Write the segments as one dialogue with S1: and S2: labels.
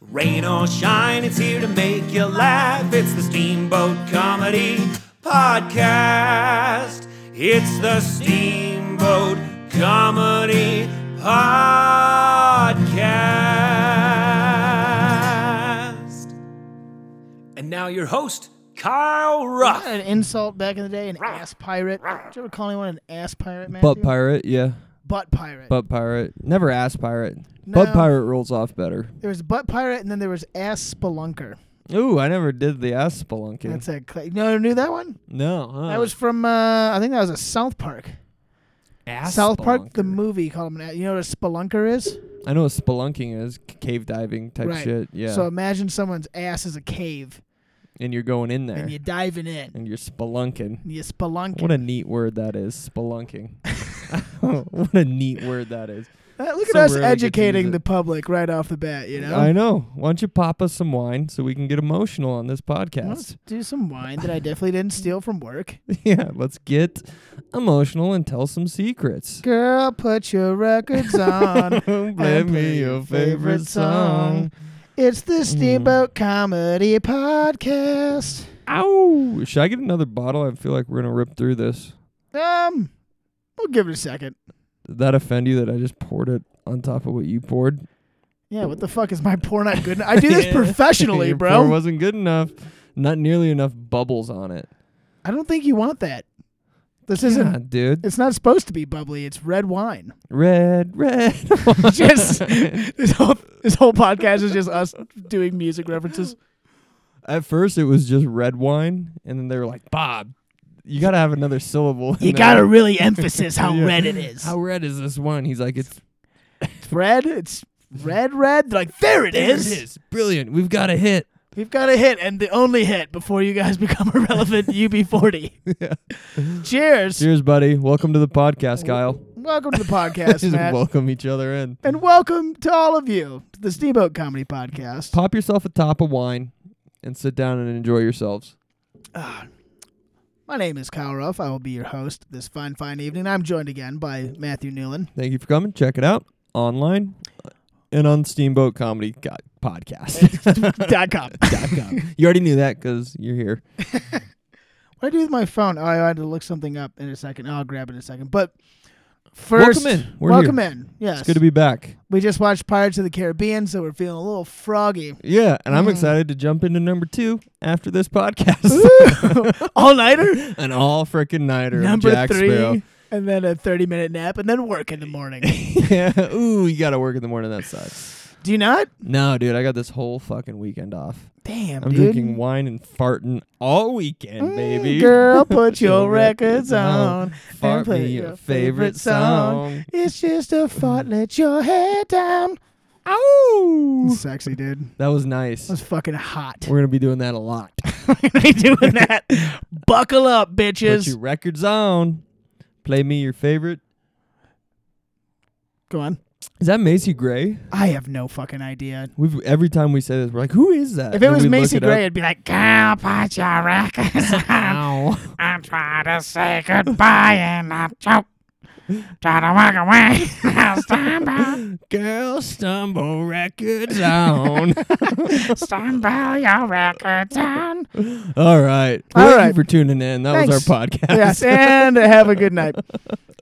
S1: Rain or shine, it's here to make you laugh. It's the Steamboat Comedy Podcast. It's the Steamboat Comedy Podcast. And now your host, Kyle Ruff.
S2: An insult back in the day, an ass pirate. Did you ever call anyone an ass pirate, man?
S3: Butt pirate, yeah.
S2: Butt pirate.
S3: Butt pirate. Never ass pirate.
S2: No.
S3: Butt pirate rolls off better.
S2: There was butt pirate, and then there was ass spelunker.
S3: Ooh, I never did the ass spelunking.
S2: That's a cla you know, knew that one.
S3: no, huh?
S2: That was from uh, I think that was a South Park.
S3: ass
S2: South Park, the
S3: spelunker.
S2: movie, called him an. ass- You know what a spelunker is?
S3: I know what spelunking is c- cave diving type
S2: Right.
S3: shit. Yeah,
S2: So um, imagine someone's ass is a cave,
S3: and you're going in there
S2: and you're diving in,
S3: and you're spelunking.
S2: and you spelunking.
S3: What a neat word that is, spelunking. what a neat word that is.
S2: Uh, look
S3: so
S2: at us
S3: rarely get to use
S2: educating
S3: it.
S2: the public right off the bat. You know.
S3: I know. Why don't you pop us some wine so we can get emotional on this podcast?
S2: Let's do some wine that I definitely didn't steal from work.
S3: yeah, let's get emotional and tell some secrets.
S2: Girl, put your records on.
S3: Play
S2: and play
S3: me your favorite song.
S2: It's
S3: Mm-hmm.
S2: the Steamboat Comedy Podcast.
S3: Ow! Should I get another bottle? I feel like we're gonna rip through this.
S2: Um, we'll give it a second.
S3: Did that offend you that I just poured it on top of what you poured?
S2: Yeah, what the fuck is my porn not good? en- I do this professionally,
S3: Your Pour
S2: bro.
S3: wasn't good enough. Not nearly enough bubbles on it.
S2: I don't think you want that. This
S3: Yeah,
S2: isn't.
S3: dude.
S2: It's not supposed to be bubbly. It's red wine.
S3: Red, red.
S2: just this whole this whole podcast is just us doing music references.
S3: At first, it was just red wine, and then they were like, "Bob, you gotta have another syllable." in there."
S2: really emphasis how
S3: Yeah.
S2: it is.
S3: How red is this wine? He's like, "It's
S2: It's red. It's red, red. They're like there it
S3: there
S2: is.
S3: It is brilliant. We've got a hit."
S2: We've got a hit, and the only hit before you guys become irrelevant. UB40. Cheers.
S3: Cheers, buddy. Welcome to the podcast, Kyle.
S2: Welcome to the
S3: Just
S2: podcast, Matt,
S3: welcome each other in.
S2: and welcome to all of you to the Steamboat Comedy Podcast.
S3: Pop yourself a top of wine and sit down and enjoy yourselves.
S2: Ah, My name is Kyle Ruff. I will be your host this fine, fine evening. I'm joined again by Matthew Newland.
S3: Thank you for coming. Check it out online and on Steamboat Comedy Co- Podcast.
S2: dot com.
S3: you already knew that because you're here.
S2: What do I do with my phone? Oh, I had to look something up in a second. I'll grab it in a second. But first,
S3: Welcome in. We're
S2: welcome
S3: here.
S2: in. Yes,
S3: It's good to be back.
S2: we just watched Pirates of the Caribbean, so we're feeling a little froggy.
S3: Yeah, and I'm excited to jump into number two after this podcast.
S2: All nighter,
S3: An all freaking nighter. of
S2: number
S3: Jack
S2: three,
S3: Sparrow.
S2: and then a thirty-minute nap, and then work in the morning.
S3: yeah. Ooh, you got to work in the morning. That sucks.
S2: do you not?
S3: No, dude, I got this whole fucking weekend off.
S2: Damn,
S3: I'm
S2: dude.
S3: drinking wine and farting all weekend,
S2: Mm,
S3: baby.
S2: Girl, put your
S3: Your
S2: records
S3: records
S2: on.
S3: Fart me your favorite song.
S2: It's just a fart, let your head down.
S3: Ow!
S2: Sexy, dude. That
S3: That was nice.
S2: was fucking hot.
S3: We're gonna be doing that a lot.
S2: We're gonna be doing that. Buckle up,
S3: Put
S2: bitches.
S3: your records on. Play me your favorite.
S2: Go on.
S3: Is that Macy Gray?
S2: I have no fucking idea.
S3: We've every time we say this, we're like, who is that?
S2: If it
S3: And
S2: was
S3: we look
S2: Macy
S3: it
S2: Gray,
S3: up.
S2: it'd be like, girl, put your records on.
S3: Ow.
S2: I'm trying to say goodbye and I'm choked. Try to walk away. I'll stand by,
S3: Girl, stumble records on.
S2: stand by your records on.
S3: All right.
S2: All
S3: Thank
S2: right.
S3: you for tuning in. That was our podcast.
S2: Yes, and have a good night.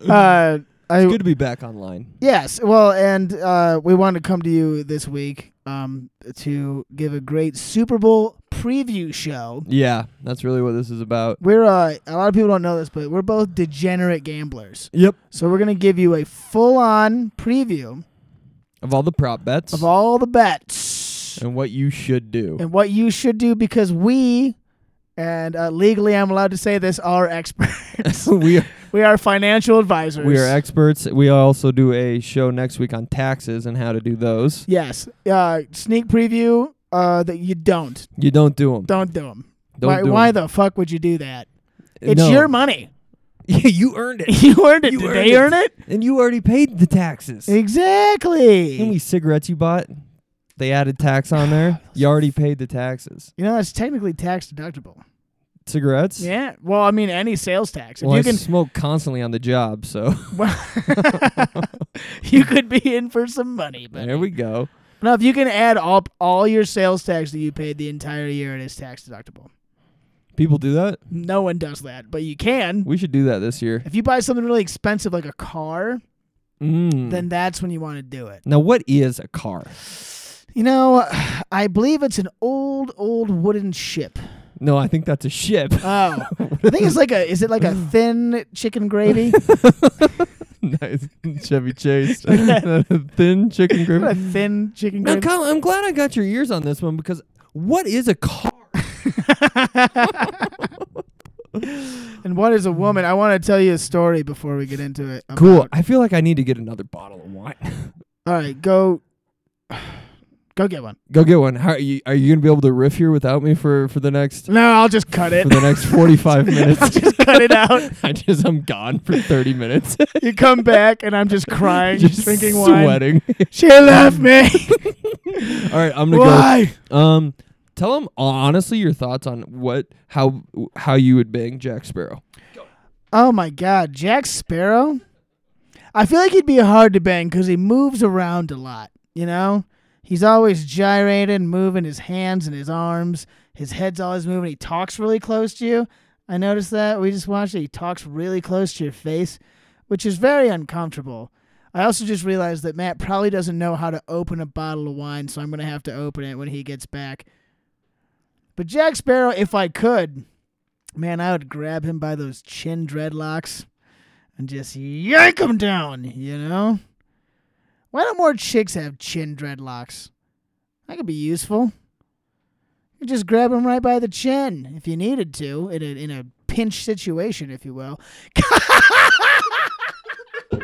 S2: Uh, I,
S3: Good to be back online.
S2: Yes, well, and uh, we wanted to come to you this week um, to give a great Super Bowl preview show.
S3: Yeah, that's really what this is about.
S2: We're uh, a lot of people don't know this, but we're both degenerate gamblers.
S3: Yep.
S2: So we're gonna give you a full-on preview
S3: Of all the prop bets
S2: of all the bets
S3: and what you should do.
S2: and what you should do because we, and uh, legally I'm allowed to say this, are experts.
S3: we are,
S2: we are financial advisors.
S3: we are experts. We also do a show next week on taxes and how to do those.
S2: yes. Uh, sneak preview uh, that you don't
S3: You don't do them.
S2: don't do them.
S3: Don't
S2: why
S3: do 'em.
S2: why the fuck would you do that? It's
S3: No.
S2: your money.
S3: Yeah, you earned it.
S2: You earned it.
S3: You
S2: Did
S3: earned
S2: they
S3: it.
S2: earn it?
S3: and you already paid the taxes.
S2: Exactly.
S3: How many cigarettes you bought? They added tax on there. You already paid the taxes.
S2: you know, that's technically tax deductible.
S3: Cigarettes?
S2: Yeah. Well, I mean, any sales tax. If
S3: Well,
S2: you
S3: I
S2: can,
S3: smoke constantly on the job, so
S2: you could be in for some money. But
S3: there we go.
S2: Now, if you can add up all your sales tax that you paid the entire year, it is tax deductible.
S3: People do that.
S2: No one does that, but you can.
S3: We should do that this year.
S2: If you buy something really expensive like a car,
S3: Mm.
S2: then that's when you want to do it.
S3: now, what is a car?
S2: You know, I believe it's an old, old wooden ship.
S3: No, I think that's a ship.
S2: Oh, I think it's like a. Is it like a thin chicken gravy?
S3: nice Chevy Chase. Thin chicken
S2: a
S3: gravy.
S2: thin chicken
S3: Now,
S2: gravy.
S3: Colin, I'm glad I got your ears on this one because what is a car?
S2: and what is a woman? I want to tell you a story before we get into it. about-
S3: Cool. I feel like I need to get another bottle of wine.
S2: All right, go. Go get one.
S3: Go get one. How are you? Are you gonna be able to riff here without me for for the next
S2: No, I'll just cut it.
S3: for the next 45 minutes?
S2: I'll just cut it out.
S3: I just I'm gone for 30 minutes.
S2: You come back and I'm just crying,
S3: just
S2: drinking wine.
S3: sweating.
S2: She left me.
S3: All right, I'm gonna
S2: Why?
S3: go. Um, tell them honestly your thoughts on what how how you would bang Jack Sparrow.
S2: Oh my God, Jack Sparrow. I feel like he'd be hard to bang because he moves around a lot. You know, he's always gyrating, moving his hands and his arms. His head's always moving. He talks really close to you. I noticed that. We just watched it. He talks really close to your face, which is very uncomfortable. I also just realized that Matt probably doesn't know how to open a bottle of wine, so I'm going to have to open it when he gets back. But Jack Sparrow, if I could, man, I would grab him by those chin dreadlocks and just yank him down, you know? Why don't more chicks have chin dreadlocks? That could be useful. You just grab him right by the chin if you needed to, in a, in a pinch situation, if you will.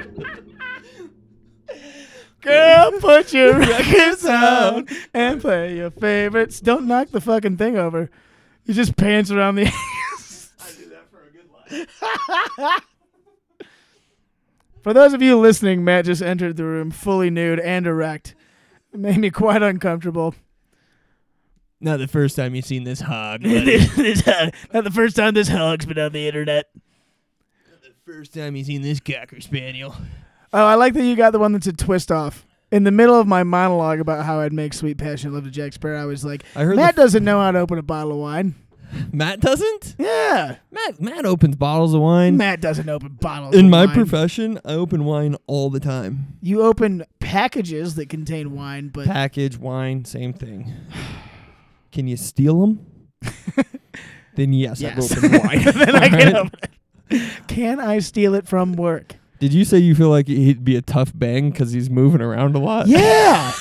S2: Girl, put your records on and play your favorites. Don't knock the fucking thing over. You just pants around the. For those of you listening, Matt just entered the room fully nude and erect. It made me quite uncomfortable.
S3: Not the first time you've seen this hog.
S2: Not the first time this hog's been on the internet.
S3: first time you've seen this cocker spaniel.
S2: Oh, I like that you got the one that's a twist off. In the middle of my monologue about how I'd make sweet passion love to Jack Sparrow, I was like,
S3: I heard
S2: Matt
S3: the
S2: doesn't know how to open a bottle of wine.
S3: f- Matt doesn't.
S2: Yeah.
S3: Matt Matt opens bottles of wine.
S2: Matt doesn't open bottles.
S3: In
S2: of
S3: my
S2: wine.
S3: profession, I open wine all the time.
S2: you open packages that contain wine, but
S3: Package wine, same thing. Can you steal them? then yes,
S2: Yes.
S3: I've opened wine.
S2: then I
S3: All right.
S2: can open it. Can I steal it from work?
S3: Did you say you feel like he'd be a tough bang because he's moving around a lot?
S2: Yeah.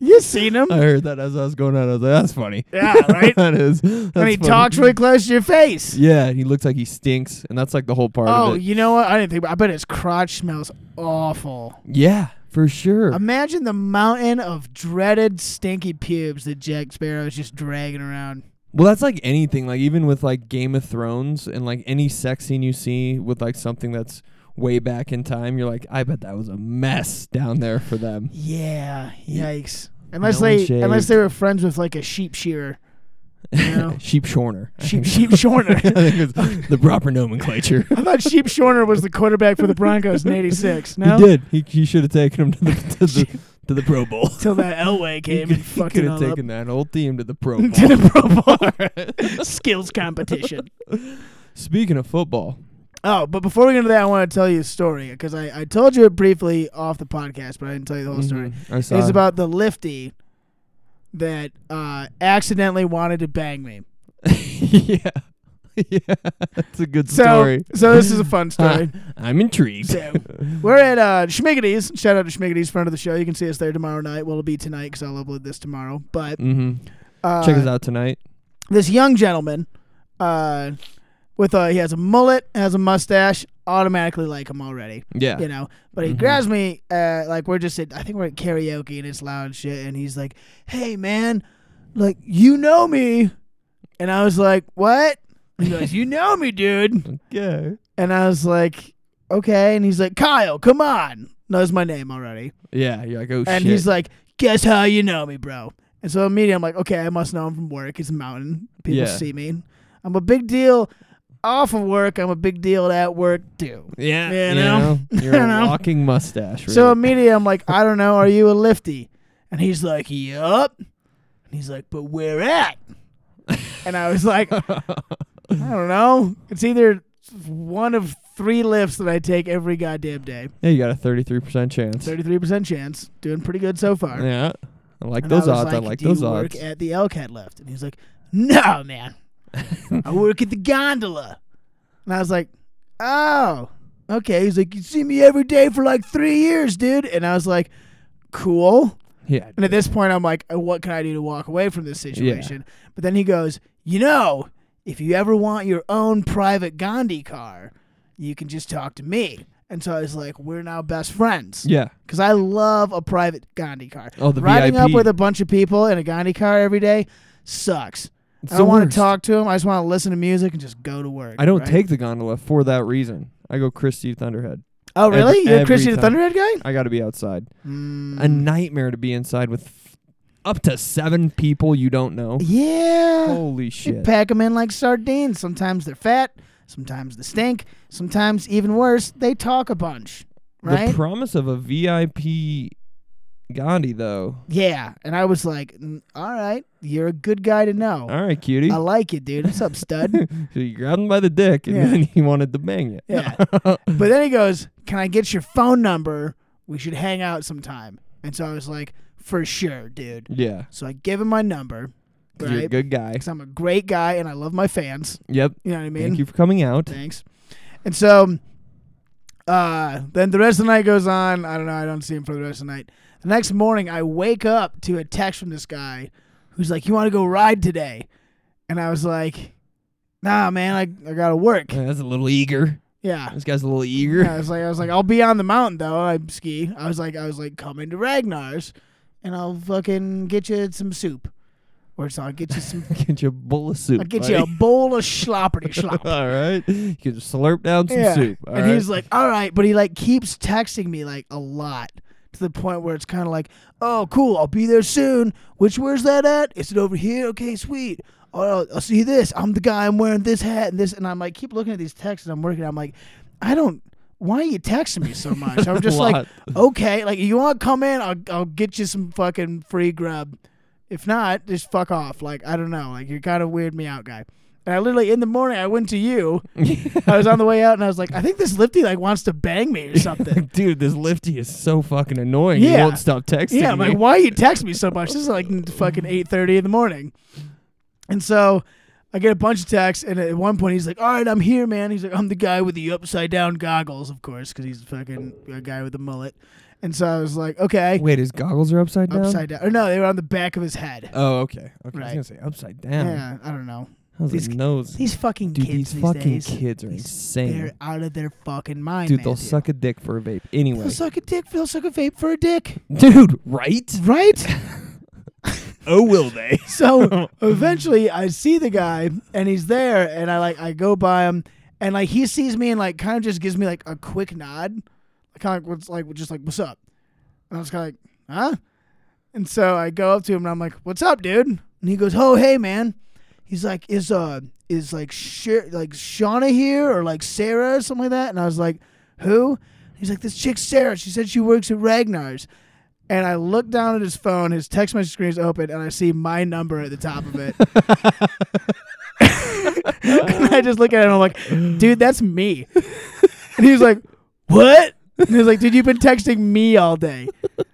S2: you seen him?
S3: I heard that as I was going out. I was like, "That's funny."
S2: Yeah, right.
S3: that is. That's
S2: When he
S3: funny.
S2: talks really close to your face.
S3: Yeah, he looks like he stinks, and that's like the whole part
S2: Oh,
S3: of it.
S2: you know what? I didn't think. About, I bet his crotch smells awful.
S3: Yeah, for sure.
S2: Imagine the mountain of dreaded stinky pubes that Jack Sparrow is just dragging around.
S3: Well, that's like anything. Like even with like Game of Thrones and like any sex scene you see with like something that's way back in time, you're like, I bet that was a mess down there for them.
S2: Yeah. Yikes. Unless
S3: No one
S2: they unless
S3: shaved.
S2: they were friends with like a sheep shearer. You know?
S3: Sheep Shorner. I
S2: sheep
S3: think-
S2: sheep shorner.
S3: I think it's the proper nomenclature.
S2: I thought Sheep Shorner was the quarterback for the Broncos in '86. No,
S3: He did. He, he should have taken him to the to the, to the Pro Bowl.
S2: Till that Elway
S3: He
S2: came
S3: could
S2: and fucked it
S3: have
S2: all
S3: taken that whole team to the Pro
S2: up
S3: Bowl.
S2: to the Pro Bowl skills competition.
S3: Speaking of football,
S2: Oh, but before we get into that, I want to tell you a story because I, I told you it briefly off the podcast, but I didn't tell you the whole story.
S3: Mhm. I saw
S2: Oh, It's about the lifty that uh, accidentally wanted to bang me.
S3: yeah, yeah. That's a good
S2: So,
S3: story.
S2: so this is a fun story.
S3: I'm intrigued.
S2: So we're at uh, Schmiggity's. Shout out to Schmiggity's, friend of the show. You can see us there tomorrow night. Well, it'll be tonight because I'll upload this tomorrow. But
S3: hmm
S2: uh,
S3: Check us out tonight.
S2: This young gentleman, uh, with a he has a mullet, has a mustache. Automatically like him already,
S3: Yeah. Mm-hmm.
S2: you know. But he grabs me, uh, like we're just at, I think we're at karaoke and it's loud and shit. And he's like, "Hey man, like you know me," and I was like, "What?" He goes, "You know me, dude."
S3: Yeah.
S2: And I was like, okay. And he's like, Kyle, come on. Knows my name already.
S3: Yeah. You're like, oh shit.
S2: And he's like, guess how you know me, bro. And so immediately I'm like, okay, I must know him from work. It's a mountain. People
S3: Yeah.
S2: see me. I'm a big deal. off of work, I'm a big deal at work too.
S3: Yeah,
S2: You
S3: you
S2: know?
S3: know, you're
S2: You
S3: a
S2: know?
S3: walking mustache. Really.
S2: So um, immediately I'm like, I don't know, are you a lifty? And he's like, Yup. And he's like, But where at? And I was like, I don't know. It's either one of three lifts that I take every goddamn day.
S3: yeah, you got a 33% chance.
S2: Thirty-three percent chance. Doing pretty good so far.
S3: Yeah, I like
S2: And
S3: those
S2: was
S3: odds. I like
S2: "Do
S3: those
S2: you
S3: odds.
S2: Work at the Elcat lift, and he's like, "No, man, I work at the gondola." And I was like, "Oh, okay." He's like, "You see me every day for like three years, dude." And I was like, "Cool."
S3: yeah,
S2: And at this point, I'm like, "Uh, "What can I do to walk away from this situation?" But then he goes, "You know, if you ever want your own private Gandhi car, you can just talk to me." And so I was like, "We're now best friends."
S3: yeah.
S2: Because I love a private Gandhi car.
S3: Oh, the
S2: Riding up
S3: VIP.
S2: with a bunch of people in a Gandhi car every day sucks.
S3: It's
S2: I
S3: the
S2: don't want
S3: worst.
S2: to talk to them. I just want to listen to music and just go to work.
S3: I don't
S2: right?
S3: take the gondola for that reason. I go Christy Thunderhead.
S2: Oh,
S3: every-
S2: really? You're a
S3: every
S2: Christian
S3: time.
S2: Thunderhead guy?
S3: I got to be outside.
S2: Mm,
S3: A nightmare to be inside with f- up to seven people you don't know.
S2: yeah.
S3: Holy
S2: You
S3: shit!
S2: pack them in like sardines. Sometimes they're fat. Sometimes they stink. Sometimes, even worse, they talk a bunch. Right?
S3: The promise of a VIP Gandhi, though.
S2: yeah. And I was like, "Mm, all right, you're a good guy to know.
S3: All right, cutie.
S2: I like it, dude. What's up, stud?
S3: so you grabbed him by the dick, and
S2: Yeah.
S3: then he wanted to bang you.
S2: Yeah. but then he goes, Can I get your phone number? We should hang out sometime. And so I was like, For sure, dude.
S3: yeah.
S2: So I give him my number.
S3: 'Cause You're a
S2: Right?
S3: good guy.
S2: Because I'm a great guy and I love my fans.
S3: Yep.
S2: You know what I mean?
S3: Thank you for coming out.
S2: Thanks. And so uh, then the rest of the night goes on. I don't know. I don't see him for the rest of the night. The next morning, I wake up to a text from this guy who's like, You want to go ride today? And I was like, Nah, man, I, I got to work.
S3: Yeah, That's a little eager.
S2: Yeah.
S3: This guy's a little
S2: Yeah, I
S3: eager.
S2: was like, I was like, I'll be on the mountain though. I ski. I was like, I was like, come into Ragnar's, and I'll fucking get you some soup, or so I'll get you some.
S3: Get you a bowl of soup.
S2: I'll get you a bowl of schlopperty schlop.
S3: all right. You can just slurp down some
S2: yeah.
S3: soup. all
S2: and
S3: right?
S2: he's like, all right, but he like keeps texting me like a lot to the point where it's kind of like, oh, cool, I'll be there soon. Which where's that at? Is it over here? Okay, sweet. Oh, I'll see this. I'm the guy. I'm wearing this hat and this, and I'm like, keep looking at these texts, and I'm working. I'm like, I don't. Why are you texting me so much? I'm just like,
S3: Lot.
S2: okay, like you want to come in, I'll I'll get you some fucking free grub. If not, just fuck off. Like I don't know, like you're kind of weird me out, guy. And I literally in the morning I went to you. I was on the way out and I was like, I think this lifty like wants to bang me or something.
S3: Like, dude, this lifty is so fucking annoying. He
S2: Yeah.
S3: won't stop texting
S2: yeah, I'm
S3: me.
S2: like, why you text me so much? This is like fucking eight thirty in the morning. And so I get a bunch of texts, and at one point he's like, "All right, I'm here, man." He's like, "I'm the guy with the upside down goggles, of course, because he's fucking a guy with a mullet." And so I was like, "Okay."
S3: Wait, his goggles are upside down?
S2: upside down. Or no, they were on the back of his head.
S3: Oh, okay. Okay.
S2: Right.
S3: I was gonna say upside down.
S2: yeah, I don't know.
S3: How's
S2: These-
S3: his nose?
S2: These fucking
S3: Dude,
S2: kids
S3: these,
S2: these
S3: fucking
S2: days,
S3: kids are
S2: these-
S3: insane.
S2: they're out of their fucking mind.
S3: Dude, they'll
S2: Matthew.
S3: suck a dick for a vape. Anyway.
S2: They'll suck a dick. They'll suck a vape for a dick,
S3: Dude, right?
S2: right?
S3: Oh, will they?
S2: so eventually, I see the guy, and he's there, and I like I go by him, and like he sees me, and like kind of just gives me like a quick nod, kind of what's like just like what's up, and I was kind of like huh, and so I go up to him, and I'm like, what's up, dude? And he goes, oh hey man, he's like is uh is like Sher- like Shauna here or like Sarah or something like that, and I was like, who? He's like this chick Sarah. She said she works at Ragnar's. And I look down at his phone. His text message screen is open, and I see my number at the top of it. and I just look at it, and I'm like, "Dude, that's me." And he's like, "What?" And he's like, "Dude, you've been texting me all day."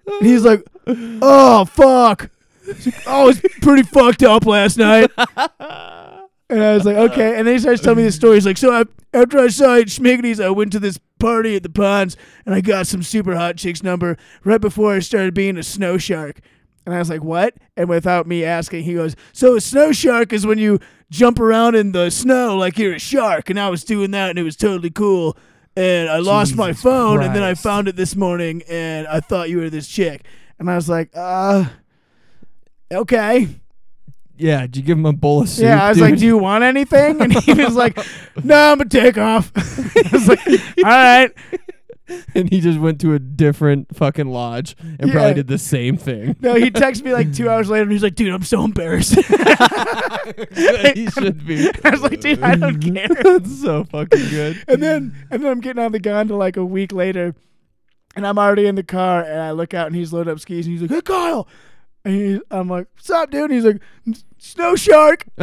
S2: And he's like, "Oh fuck, I was Oh, pretty fucked up last night." And I was like, okay. And then he starts telling me this story. He's like, so I, after I saw it, Schmignies, I went to this party at the ponds and I got some super hot chick's number right before I started being a snow shark. And I was like, what? And without me asking, he goes, so a snow shark is when you jump around in the snow like you're a shark. And I was doing that and it was totally cool. And I lost my
S3: Jesus
S2: phone and then I
S3: Christ.
S2: found it this morning and I thought you were this chick. And I was like, uh, okay.
S3: Yeah, did you give him a bowl of soup?
S2: Yeah, I was like,
S3: dude?
S2: "Do you want anything?" And he was like, "No, I'm gonna take off." I was like, "All right."
S3: and he just went to a different fucking lodge and
S2: Yeah.
S3: probably did the same thing.
S2: No, he texted me like two hours later and he's like, dude, I'm so embarrassed.
S3: he should be.
S2: I was like, dude, I don't care.
S3: That's so fucking good.
S2: and then and then I'm getting on the gondola like a week later, and I'm already in the car, and I look out and he's loaded up skis, and he's like, "Hey, Kyle," and he, I'm like, "What's up, dude?" And he's like, "Snow shark."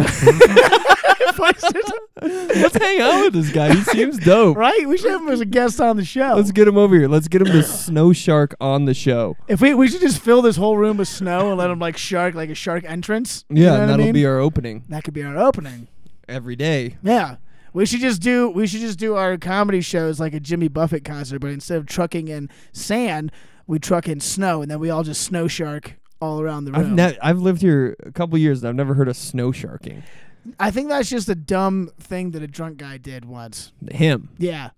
S3: Let's hang out with this guy. He seems dope.
S2: right? We should have him as a guest on the show.
S3: Let's get him over here. Let's get him the snow shark on the show.
S2: if we we should just fill this whole room with snow and let him like shark like a shark entrance. You
S3: Yeah,
S2: know
S3: and
S2: what I
S3: that'll
S2: mean?
S3: be our opening
S2: that could be our opening.
S3: every day.
S2: Yeah. We should just do we should just do our comedy shows like a Jimmy Buffett concert, but instead of trucking in sand, we truck in snow, and then we all just snow shark all around the
S3: I've
S2: room.
S3: ne- I've lived here a couple years and I've never heard of snow sharking.
S2: I think that's just a dumb thing that a drunk guy did once.
S3: Him
S2: Yeah.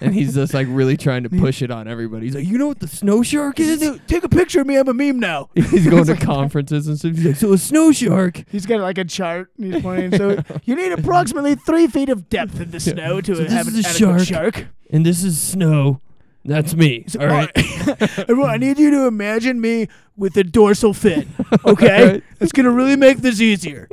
S3: and he's just like really trying to push it on everybody. He's like, you know what the snow shark is?
S2: Take a picture of me. I'm a meme now.
S3: He's going to conferences and stuff. He's like, so a snow shark.
S2: He's got like a chart. And he's pointing. So you need approximately three feet of depth in the snow to
S3: this
S2: have an
S3: is a
S2: adequate
S3: shark.
S2: shark.
S3: and this is snow. That's me.
S2: So,
S3: all right.
S2: Everyone, I need you to imagine me with a dorsal fin. Okay?
S3: All right.
S2: It's going to really make this easier.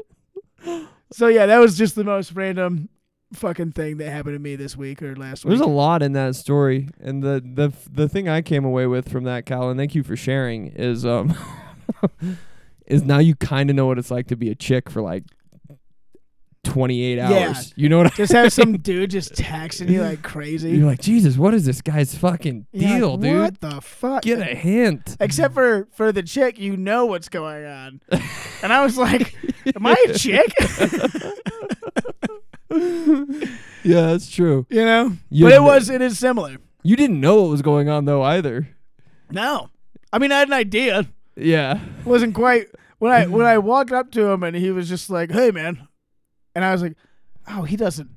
S2: So, yeah, that was just the most random fucking thing that happened to me this week or last
S3: There's a
S2: week.
S3: lot in that story, and the the the thing I came away with from that, Kyle, and thank you for sharing, is um, is now you kind of know what it's like to be a chick for like 28 hours.
S2: Yeah.
S3: You know what I?
S2: just have some dude just texting you like crazy.
S3: You're like, Jesus, what is this guy's fucking
S2: You're
S3: deal,
S2: like,
S3: dude?
S2: What the fuck?
S3: Get a hint.
S2: Except for for the chick, you know what's going on. and I was like, am I a chick?
S3: yeah, that's true.
S2: you know?
S3: You
S2: but it
S3: know.
S2: was it is similar.
S3: You didn't know what was going on though either.
S2: No. I mean, I had an idea.
S3: Yeah.
S2: wasn't quite when I when I walked up to him and he was just like, "Hey, man," and I was like, "Oh, he doesn't,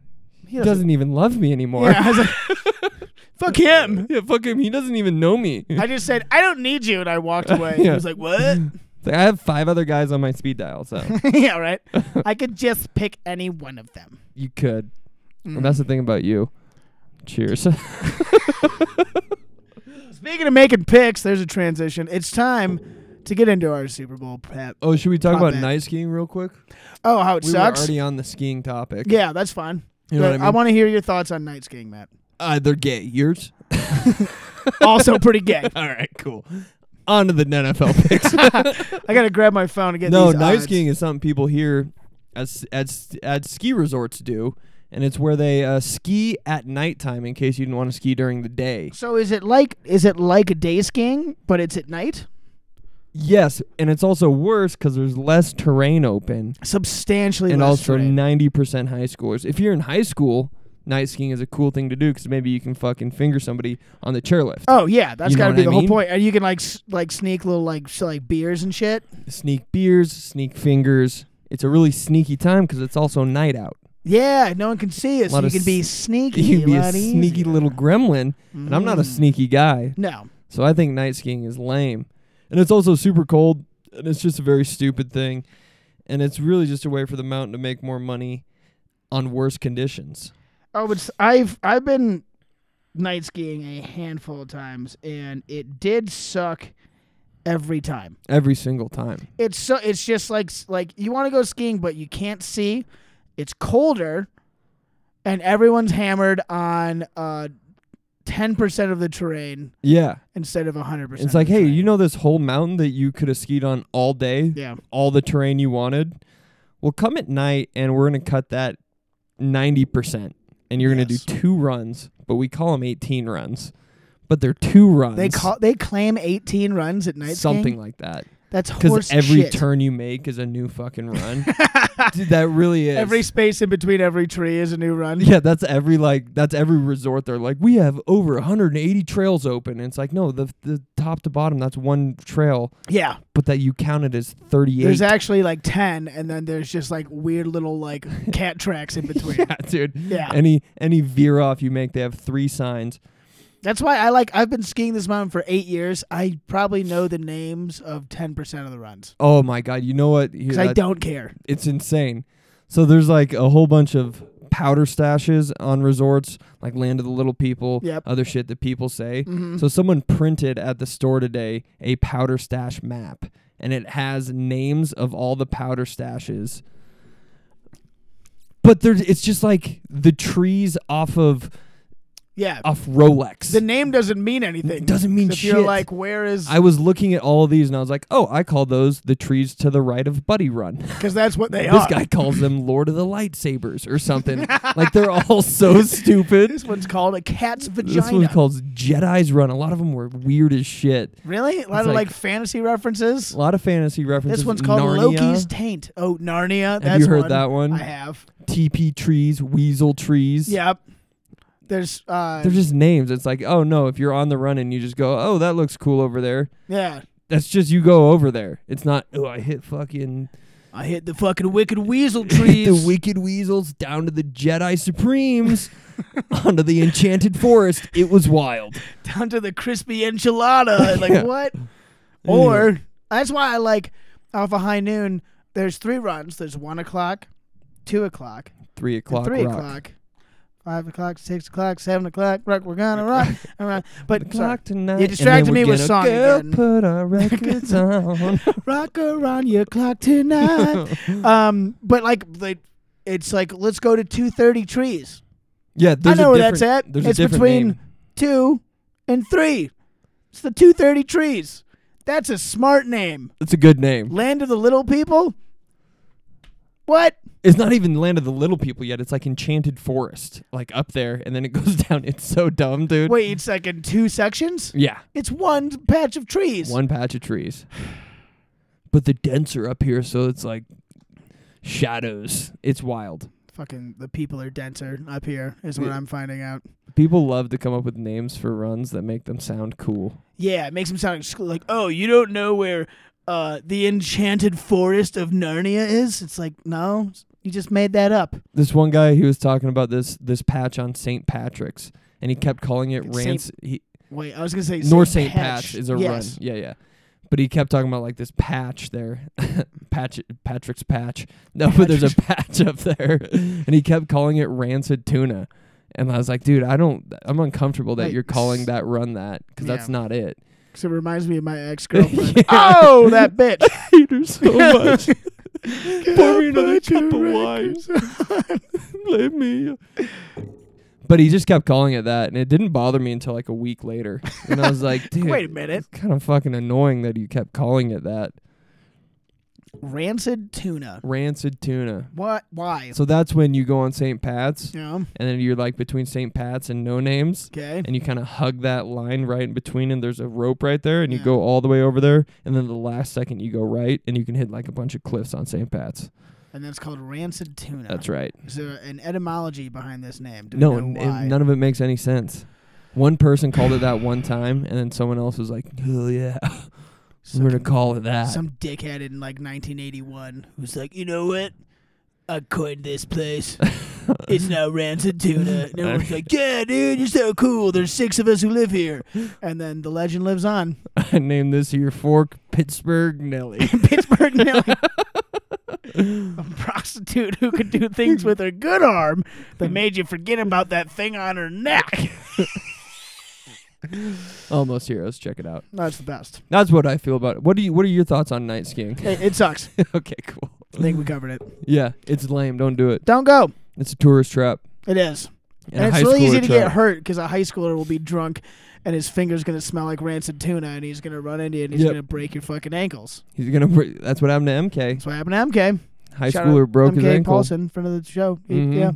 S2: he
S3: He
S2: doesn't."
S3: doesn't even love me anymore.
S2: yeah, I was like, "Fuck him."
S3: yeah, fuck him. He doesn't even know me.
S2: I just said, "I don't need you," and I walked away. He
S3: Yeah.
S2: was like, "What?"
S3: It's like, I have five other guys on my speed dial, so
S2: yeah, right. I could just pick any one of them.
S3: you could. And
S2: Mm.
S3: that's the thing about you. Cheers.
S2: Speaking of making picks, there's a transition. It's time to get into our Super Bowl prep.
S3: oh, should we talk
S2: Pop
S3: about
S2: in.
S3: night skiing real quick?
S2: Oh, how it
S3: We were
S2: sucks.
S3: already on the skiing topic.
S2: Yeah, that's fine.
S3: You
S2: But
S3: know what I
S2: I
S3: mean?
S2: want to hear your thoughts on night skiing, Matt.
S3: uh, they're gay. Yours?
S2: Also, pretty gay.
S3: All right, cool. On to the NFL picks.
S2: I gotta grab my phone to get
S3: no,
S2: these
S3: night
S2: odds.
S3: skiing is something people here at, at, at ski resorts do, and it's where they uh, ski at nighttime in case you didn't want to ski during the day.
S2: So is it like is it like a day skiing, but it's at night?
S3: Yes, and it's also worse because there's less terrain open.
S2: Substantially
S3: and
S2: less
S3: also
S2: terrain.
S3: ninety percent high scores. If you're in high school, night skiing is a cool thing to do because maybe you can fucking finger somebody on the chairlift,
S2: Oh yeah, that's
S3: You know
S2: got to
S3: what
S2: be
S3: I
S2: the
S3: mean?
S2: whole point. And you can like s- like sneak little like s- like beers and shit.
S3: sneak beers, sneak fingers. It's a really sneaky time because it's also night out.
S2: Yeah, no one can see us.
S3: Lot
S2: So you
S3: of
S2: can be
S3: s-
S2: sneaky.
S3: You can be a
S2: lot
S3: sneaky
S2: easier.
S3: little gremlin, and I'm not a
S2: Mm.
S3: sneaky guy,
S2: No.
S3: so I think night skiing is lame. And it's also super cold, and it's just a very stupid thing, and it's really just a way for the mountain to make more money on worse conditions.
S2: Oh, but s- I've I've been night skiing a handful of times, and it did suck every time.
S3: Every single time.
S2: it's so it's just like like you want to go skiing but you can't see it's colder and everyone's hammered on uh 10% of the terrain
S3: Yeah.
S2: instead of 100% of
S3: It's like,
S2: the
S3: hey,
S2: terrain.
S3: you know this whole mountain that you could have skied on all day,
S2: yeah
S3: all the terrain you wanted? Well, come at night and we're going to cut that 90%. And you're going
S2: Yes.
S3: to do two runs, but we call them 18 runs. But they're two runs.
S2: they call they claim 18 runs at night
S3: something
S2: skiing?
S3: like that.
S2: that's
S3: Because
S2: horse
S3: every
S2: shit.
S3: turn you make is a new fucking run. Dude, that really is.
S2: every space in between every tree is a new run
S3: yeah, that's every like that's every resort. They're like, we have over 180 trails open. And it's like, no, the the top to bottom, that's one trail,
S2: yeah
S3: but that you counted as 38.
S2: there's actually like 10 and then there's just like weird little like cat tracks in between
S3: yeah, dude.
S2: Yeah.
S3: Any any veer off you make, they have three signs.
S2: That's why I like. I've been skiing this mountain for eight years. I probably know the names of ten percent of the runs
S3: Oh my god, you know what? Here, uh,
S2: because I
S3: that-
S2: don't care.
S3: It's insane. So there's like a whole bunch of powder stashes on resorts, like Land of the Little People,
S2: Yep. Mm-hmm.
S3: other shit that people say. So someone printed at the store today a powder stash map, and it has names of all the powder stashes. But there's, it's just like the trees off of
S2: Yeah.
S3: off Rolex.
S2: the name doesn't mean anything.
S3: Oh, It doesn't mean
S2: if you're
S3: shit.
S2: like, where is?
S3: I was looking at all of these and I was like, oh, I call those the trees to the right of Buddy Run.
S2: Because that's what they
S3: this
S2: are.
S3: guy calls them Lord of the Lightsabers or something. like they're all so stupid.
S2: This one's called a cat's vagina.
S3: This one calls Jedi's Run. A lot of them were weird as shit.
S2: really? A lot
S3: It's
S2: of
S3: like-
S2: like fantasy references.
S3: A lot of fantasy references.
S2: This one's called
S3: Narnia,
S2: Loki's taint. Oh, Narnia.
S3: you
S2: That's
S3: heard
S2: one.
S3: that one?
S2: I have.
S3: TP trees, weasel trees.
S2: Yep. There's uh
S3: They're just names. It's like, oh no, if you're on the run and you just go, oh, that looks cool over there.
S2: yeah.
S3: That's just you go over there. It's not, oh, I hit fucking
S2: I hit the fucking wicked weasel
S3: hit
S2: trees.
S3: the wicked weasels down to the Jedi Supremes onto the enchanted forest. It was wild.
S2: down to the crispy enchilada. and, Like
S3: Yeah.
S2: what? Or that's why I like Alpha High Noon. There's three runs. There's one o'clock, two o'clock,
S3: Three
S2: and
S3: o'clock.
S2: three
S3: rock.
S2: o'clock, five o'clock, six o'clock, seven o'clock. Rock, we're gonna rock. all right. But sorry.
S3: O'clock tonight.
S2: You
S3: and
S2: distracted
S3: then
S2: me
S3: we're
S2: with song
S3: gonna go
S2: again.
S3: Put our records on.
S2: rock around your clock tonight. um, but like they, it's like let's go to two thirty trees.
S3: Yeah, there's
S2: I know
S3: a
S2: where
S3: different-
S2: that's at.
S3: There's
S2: it's
S3: a different
S2: between
S3: name.
S2: two and three. It's the two thirty trees. That's a smart name.
S3: It's a good name.
S2: Land of the Little People? What?
S3: It's not even Land of the Little People yet. It's like Enchanted Forest, like up there, and then it goes down. It's so dumb, dude.
S2: Wait, it's like in two sections?
S3: Yeah,
S2: It's one patch of trees.
S3: one patch of trees, but the denser up here, so it's like shadows. It's wild.
S2: Fucking the people are denser up here, is what
S3: Yeah.
S2: I'm finding out.
S3: People love to come up with names for runs that make them sound cool.
S2: Yeah, it makes them sound exclu- like, oh, you don't know where uh, the enchanted forest of Narnia is? It's like, no, you just made that up.
S3: This one guy, he was talking about this this patch on St. Patrick's, and he kept calling it
S2: Saint-
S3: Rance. He,
S2: Wait, I was going to say
S3: North St.
S2: Saint
S3: Patch. is a
S2: yes.
S3: run. Yeah, yeah. But he kept talking about like this patch there, patch Patrick's patch. No, but there's a patch up there, and he kept calling it rancid tuna. And I was like, dude, I don't. I'm uncomfortable that
S2: Like,
S3: you're calling
S2: s-
S3: that run that because that's
S2: Yeah.
S3: not it.
S2: So it reminds me of my ex girlfriend.
S3: Yeah.
S2: Oh, that bitch.
S3: hate her so much. Pour me another
S2: Bunch of
S3: cup of wine.
S2: records.
S3: Let me. But he just kept calling it that, and it didn't bother me until like a week later. And I was like, dude,
S2: Wait a minute.
S3: kind of fucking annoying that you kept calling it that.
S2: Rancid tuna.
S3: Rancid tuna.
S2: What? Why?
S3: So that's when you go on St. Pat's,
S2: Yeah.
S3: and then you're like between St. Pat's and no names,
S2: Okay.
S3: and you kind of hug that line right in between, and there's a rope right there, and you
S2: Yeah.
S3: go all the way over there, and then the last second you go right, and you can hit like a bunch of cliffs on St. Pat's.
S2: And that's called rancid tuna.
S3: That's right.
S2: Is there an etymology behind this name? Do we know
S3: No, n-
S2: why?
S3: and none of it makes any sense. One person called it that one time, and then someone else was like, "Hell yeah, we're gonna call it that."
S2: Some dickhead in like 1981 who's like, you know what? I coined this place. it's now rancid tuna. And everyone's like, yeah, dude, you're so cool. There's six of us who live here. And then the legend lives on.
S3: I named this here fork Pittsburgh Nelly.
S2: Pittsburgh Nellie. A prostitute who could do things with her good arm that made you forget about that thing on her neck.
S3: Almost heroes. Check it out.
S2: That's the best.
S3: That's what I feel about it. What do you? What are your thoughts on night skiing?
S2: It, it sucks.
S3: okay, cool.
S2: I think we covered it.
S3: Yeah, it's lame. Don't do it.
S2: Don't go.
S3: It's a tourist trap.
S2: It is.
S3: And,
S2: And,
S3: a
S2: it's
S3: high
S2: really
S3: schooler
S2: easy to get
S3: trap.
S2: hurt because a high schooler will be drunk and his finger's going to smell like rancid tuna and he's going to run into you and he's
S3: Yep.
S2: going to break your fucking ankles.
S3: He's gonna. br- That's what happened to MK.
S2: That's what happened to MK.
S3: High
S2: Shout
S3: schooler
S2: out
S3: broke
S2: MK
S3: his ankle.
S2: Paulson, friend of the show. He-
S3: Mhm.
S2: Yeah.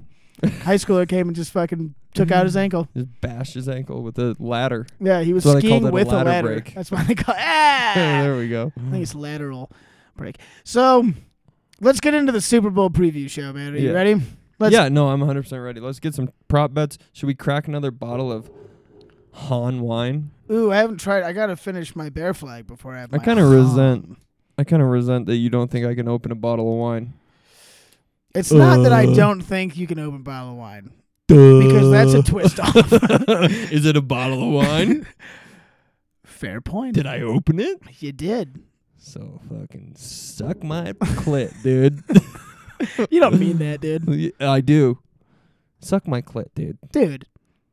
S2: high schooler came and just fucking took
S3: Mm-hmm.
S2: out his ankle.
S3: Just bashed his ankle with a ladder.
S2: Yeah, he was
S3: That's why they
S2: skiing
S3: called it a
S2: with a
S3: ladder
S2: ladder.
S3: break.
S2: That's why they call ah!
S3: there we go.
S2: I think it's lateral break. So let's get into the Super Bowl preview show, man. Are you
S3: Yeah.
S2: ready? Let's
S3: yeah, no, I'm 100% ready. Let's get some prop bets. Should we crack another bottle of Han wine?
S2: Ooh, I haven't tried. I gotta finish my bear flag before I have.
S3: I
S2: my
S3: kinda
S2: Han.
S3: resent- I kind of resent that you don't think I can open a bottle of wine.
S2: It's not that I
S3: Uh.
S2: don't think you can open bottle of wine because that's a twist off.
S3: Is it a bottle of wine?
S2: Fair point.
S3: Did I open it?
S2: You did.
S3: So fucking suck my clit, dude.
S2: You don't mean that, dude.
S3: I do. Suck my clit, dude.
S2: dude.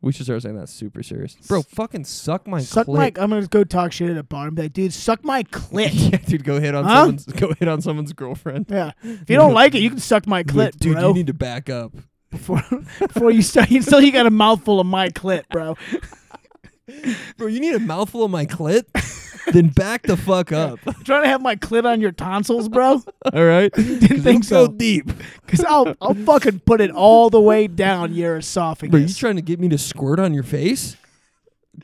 S3: We should start saying that super serious. Bro, fucking suck my
S2: suck
S3: clit.
S2: my. I'm gonna go talk shit at a bar and be like, dude, suck my clit.
S3: yeah, dude, go hit on
S2: Huh?
S3: someone's go hit on someone's girlfriend.
S2: yeah. If you don't like it, you can suck my
S3: Be
S2: clit,
S3: like, dude,
S2: bro.
S3: you need to back up.
S2: before before you start, you still you got a mouthful of my clit, bro.
S3: Bro, you need a mouthful of my clit? then back the fuck up.
S2: You trying to have my clit on your tonsils, bro?
S3: All right?
S2: Didn't think
S3: so
S2: so.
S3: deep.
S2: Cause I'll I'll fucking put it all the way down your
S3: Bro, you
S2: esophagus.
S3: trying to get me to squirt on your face?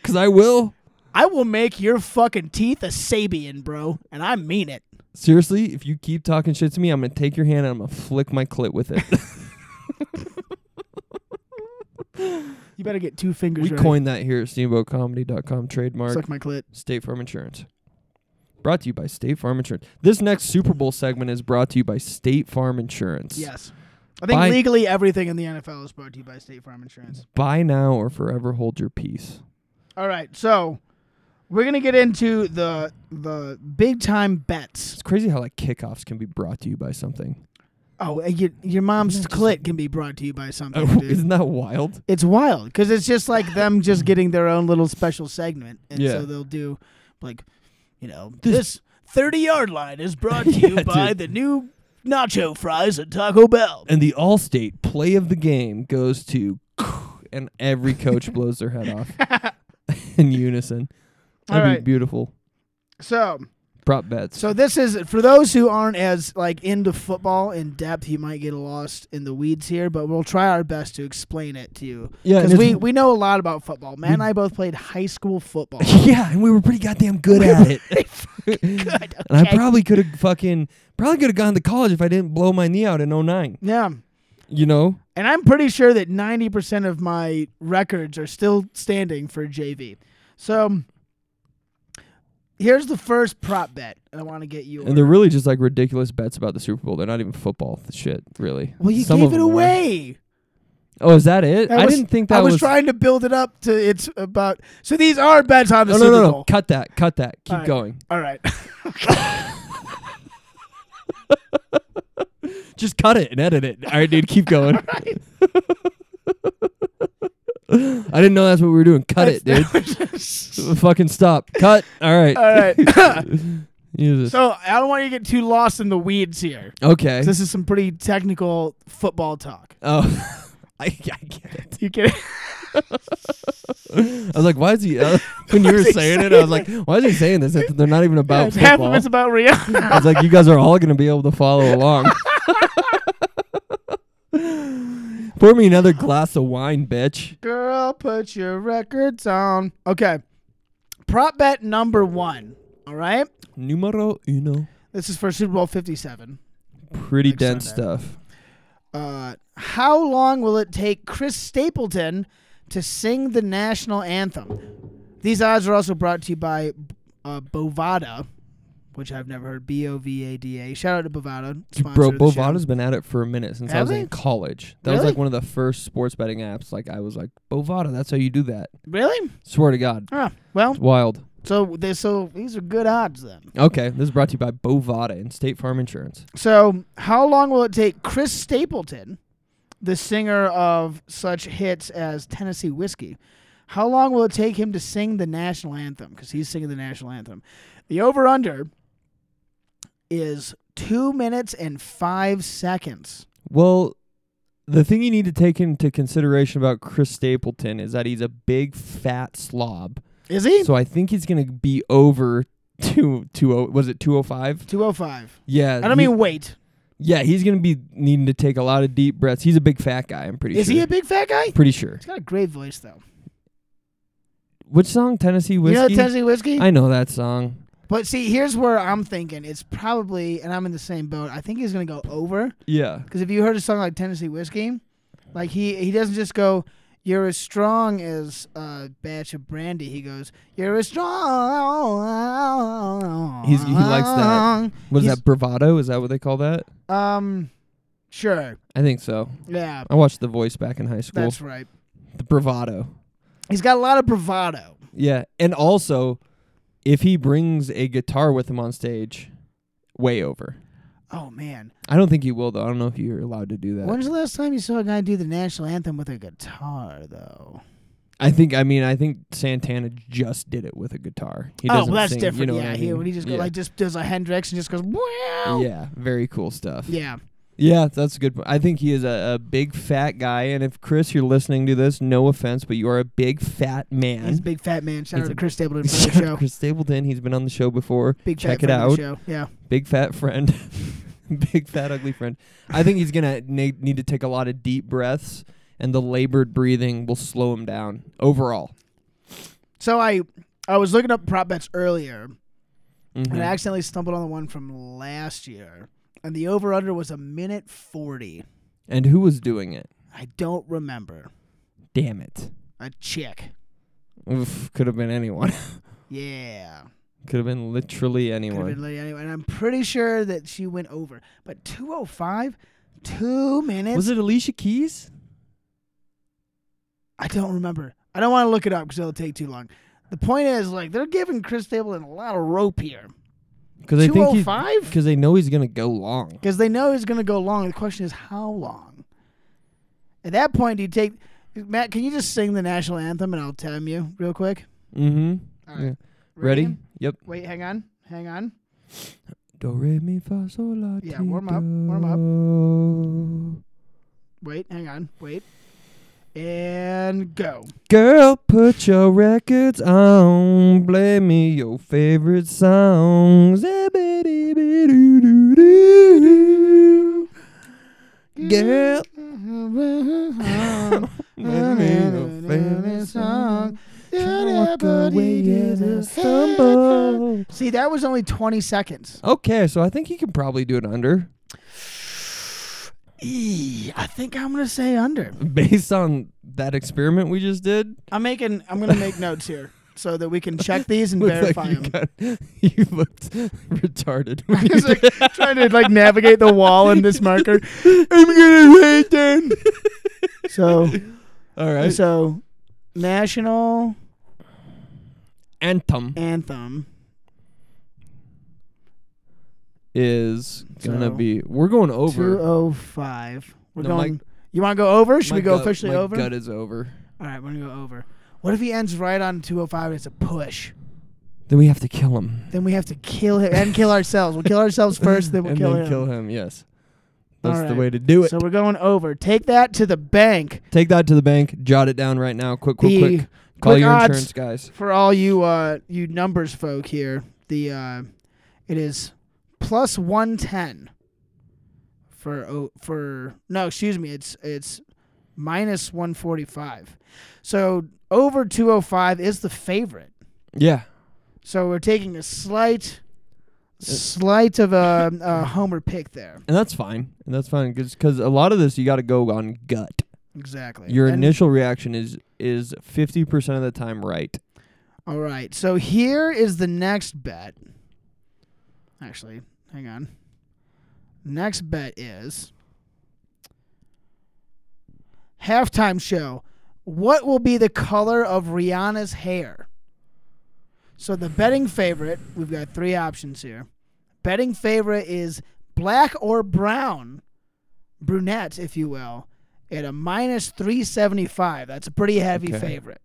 S3: Cause I will.
S2: I will make your fucking teeth a Sabian, bro, and I mean it.
S3: Seriously, if you keep talking shit to me, I'm gonna take your hand and I'm gonna flick my clit with it.
S2: You better get two fingers.
S3: we
S2: ready.
S3: coined that here at steamboatcomedy.com trademark.
S2: suck my clit.
S3: State Farm Insurance. Brought to you by State Farm Insurance. This next Super Bowl segment is brought to you by State Farm Insurance.
S2: Yes. I think
S3: Buy-
S2: legally everything in the NFL is brought to you by State Farm Insurance.
S3: Buy now or forever hold your peace.
S2: All right, so we're gonna get into the the big time bets.
S3: It's crazy how like kickoffs can be brought to you by something.
S2: Oh, and your your mom's clit can be brought to you by something,
S3: Oh,
S2: dude.
S3: isn't that wild?
S2: It's wild because it's just like them just getting their own little special segment, and
S3: Yeah.
S2: so they'll do like, you know,
S3: This-
S2: this thirty yard line is brought to you
S3: Yeah,
S2: by
S3: dude.
S2: the new nacho fries at Taco Bell.
S3: And the Allstate play of the game goes to and every coach blows their head off in unison. That'd
S2: All
S3: be
S2: right.
S3: beautiful.
S2: So
S3: Prop bets.
S2: So this is for those who aren't as like into football in depth. You might get lost in the weeds here, but we'll try our best to explain it to you.
S3: Yeah, and
S2: because
S3: it's-
S2: we we know a lot about football. Man, and I both played high school football.
S3: yeah, and we were pretty goddamn good at it. And I
S2: okay.
S3: probably could have fucking probably could have gone to college if I didn't blow my knee out in 09.
S2: yeah,
S3: You know?
S2: and I'm pretty sure that ninety percent of my records are still standing for JV. So here's the first prop bet I want to get you.
S3: And they're really just like ridiculous bets about the Super Bowl. They're not even football th- shit, really.
S2: well, you
S3: Some
S2: gave
S3: of
S2: it
S3: them are.
S2: away.
S3: Oh, is that it?
S2: That
S3: I
S2: was-
S3: didn't think that
S2: I was, trying to build it up to it's about. So these are bets on the
S3: No, no,
S2: Super
S3: no, no.
S2: Bowl.
S3: Cut that. Cut that. Keep
S2: All right.
S3: going.
S2: All right.
S3: Just cut it and edit it. All right, dude, keep going. I didn't know that's what we were doing. Cut it, dude. fucking stop. Cut. All right.
S2: All right.
S3: Use this.
S2: so I don't want you to get too lost in the weeds here.
S3: Okay.
S2: This is some pretty technical football talk.
S3: Oh. I, I get it.
S2: You kidding?
S3: I was like, why is he? Uh, when you were
S2: is he
S3: saying it, I was like, why is he saying this? If they're not even about
S2: Half
S3: football.
S2: of it's about Rio.
S3: I was like, you guys are all going to be able to follow along. Pour me another glass of wine, bitch.
S2: Girl, put your records on. Okay. Prop bet number one. All right.
S3: Numero uno.
S2: This is for Super Bowl 57.
S3: Pretty
S2: Next
S3: dense
S2: Sunday.
S3: stuff.
S2: Uh, how long will it take Chris Stapleton to sing the national anthem? These odds are also brought to you by uh, Bovada, which I've never heard. B O V A D A. Shout out to Bovada.
S3: Dude,
S2: sponsor
S3: bro,
S2: of the show.
S3: Bovada's been at it for a minute since I
S2: Have
S3: was in
S2: they?
S3: college. That was
S2: Really?
S3: like one of the first sports betting apps. Like I was like, Bovada, that's how you do that.
S2: Really?
S3: Swear to God.
S2: Oh, well,
S3: It's wild.
S2: so they so these are good odds then.
S3: Okay, this is brought to you by Bovada and State Farm Insurance.
S2: So, how long will it take Chris Stapleton, the singer of such hits as Tennessee Whiskey? How long will it take him to sing the national anthem? Because he's singing the national anthem. The over under is two minutes and five seconds.
S3: Well, the thing you need to take into consideration about Chris Stapleton is that he's a big fat slob.
S2: Is he?
S3: So I think he's gonna be over two two oh was it two oh five?
S2: 205.
S3: Yeah.
S2: I don't
S3: he-
S2: mean wait.
S3: Yeah, he's gonna be needing to take a lot of deep breaths. He's a big fat guy, I'm pretty
S2: Is
S3: sure.
S2: he a big fat guy?
S3: pretty sure.
S2: He's got a great voice, though.
S3: Which song? Tennessee Whiskey?
S2: You know Tennessee Whiskey?
S3: I know that song.
S2: But see, here's where I'm thinking it's probably, and I'm in the same boat. I think he's gonna go over
S3: Yeah.
S2: because if you heard a song like Tennessee Whiskey, like he he doesn't just go, "You're as strong as a batch of brandy." He goes, "You're as strong."
S3: He's- he likes that. What is that bravado? Is that what they call that?
S2: that? Um, sure,
S3: I think so.
S2: yeah,
S3: I watched The Voice back in high school.
S2: that's right.
S3: the bravado.
S2: He's got a lot of bravado.
S3: Yeah, and also, if he brings a guitar with him on stage, way over.
S2: Oh man,
S3: I don't think he will though. I don't know if you're allowed to do that.
S2: when's the last time you saw a guy do the national anthem with a guitar though?
S3: I think. I mean, I think Santana just did it with a guitar. He
S2: oh, well,
S3: doesn't
S2: that's
S3: sing,
S2: different.
S3: You know
S2: yeah,
S3: what I
S2: he
S3: mean?
S2: when he just go,
S3: yeah.
S2: like just does a Hendrix and just goes wow.
S3: Yeah, very cool stuff.
S2: Yeah.
S3: Yeah, that's a good point. I think he is a, a big fat guy. And if Chris, you're listening to this, no offense, but you are a big fat
S2: He's a
S3: man.
S2: big fat man. Shout
S3: He's
S2: out
S3: a-
S2: to Chris Stapleton for the show.
S3: Chris Stapleton, he's been on the show before.
S2: Big fat
S3: Check it
S2: friend of the
S3: out.
S2: Show. Yeah.
S3: Big fat friend, big fat ugly friend. I think he's gonna na- need to take a lot of deep breaths, and the labored breathing will slow him down overall.
S2: So I I was looking up prop bets earlier
S3: Mhm.
S2: and I accidentally stumbled on the one from last year. And the over under was a minute forty.
S3: And who was doing it?
S2: I don't remember.
S3: Damn it!
S2: A chick.
S3: Oof, could have been anyone.
S2: Yeah.
S3: could have been literally
S2: Could have
S3: anyone.
S2: been lady anyway. And I'm pretty sure that she went over. But two oh five? Two minutes?
S3: was it Alicia Keys?
S2: I don't remember. I don't want to look it up because it'll take too long. The point is, like, they're giving Chris Stapleton a lot of rope here.
S3: Because I
S2: Two
S3: think
S2: oh
S3: he's
S2: five?
S3: because they know he's gonna go long.
S2: because they know it's going to go long. The question is how long. At that point, do you take Matt? Can you just sing the national anthem and I'll tell you real quick?
S3: Mm-hmm.
S2: All right.
S3: Ready? Yep.
S2: Wait, hang on, hang on.
S3: Do re mi fa sol la
S2: Yeah, warm up, warm up.
S3: up.
S2: Wait, hang on. Wait, and go.
S3: Girl, put your records on. Play me your favorite songs. Zibidi-bidi-doo-doo. Girl.
S2: Um,
S3: Play me your favorite song. Try to walk away as I stumble.
S2: See, that was only 20 seconds.
S3: Okay, so I think he can probably do it under.
S2: Eee, I think I'm gonna say under.
S3: Based on that experiment we just did,
S2: I'm making. I'm gonna make notes here so that we can check these and
S3: Looks like
S2: verify
S3: you,
S2: them.
S3: got- you looked retarded. when you
S2: He's like
S3: did-
S2: trying to like navigate the wall in this marker.
S3: I'm gonna write down.
S2: So
S3: All right.
S2: so national
S3: Anthem
S2: anthem.
S3: is gonna
S2: So-
S3: be. We're going
S2: Two
S3: over.
S2: oh five. We're
S3: No, my-
S2: going. you want to go over? Should
S3: My
S2: we go
S3: gut-
S2: officially
S3: my
S2: over?
S3: Gut is over.
S2: All right, we're gonna go over. What if he ends right on two oh five? It's a push.
S3: Then we have to kill him.
S2: Then we have to kill him and kill ourselves. We'll kill ourselves first, then we'll
S3: and
S2: kill
S3: then
S2: him.
S3: kill him. Yes, that's
S2: All
S3: the
S2: right.
S3: way to do it.
S2: So we're going over. Take that to the bank.
S3: Take that to the bank. Jot it down right now. Quick, quick,
S2: The
S3: quick. Call
S2: quick
S3: your
S2: odds.
S3: insurance guys.
S2: for all you uh you numbers folk here, the uh it is plus one ten for oh, for no, excuse me, it's it's minus one forty five. So over two oh five is the favorite.
S3: Yeah.
S2: So we're taking a slight
S3: Uh,
S2: slight of a, a homer pick there.
S3: And that's fine. And that's fine because a lot of this you got to go on gut.
S2: Exactly.
S3: Your
S2: And-
S3: initial reaction is is fifty percent of the time right.
S2: All right. So here is the next bet. Actually, hang on. Next bet is halftime show. What will be the color of Rihanna's hair? So the betting favorite, we've got three options here. Betting favorite is black or brown, brunette, if you will, at a minus 375. That's a pretty heavy
S3: Okay.
S2: favorite.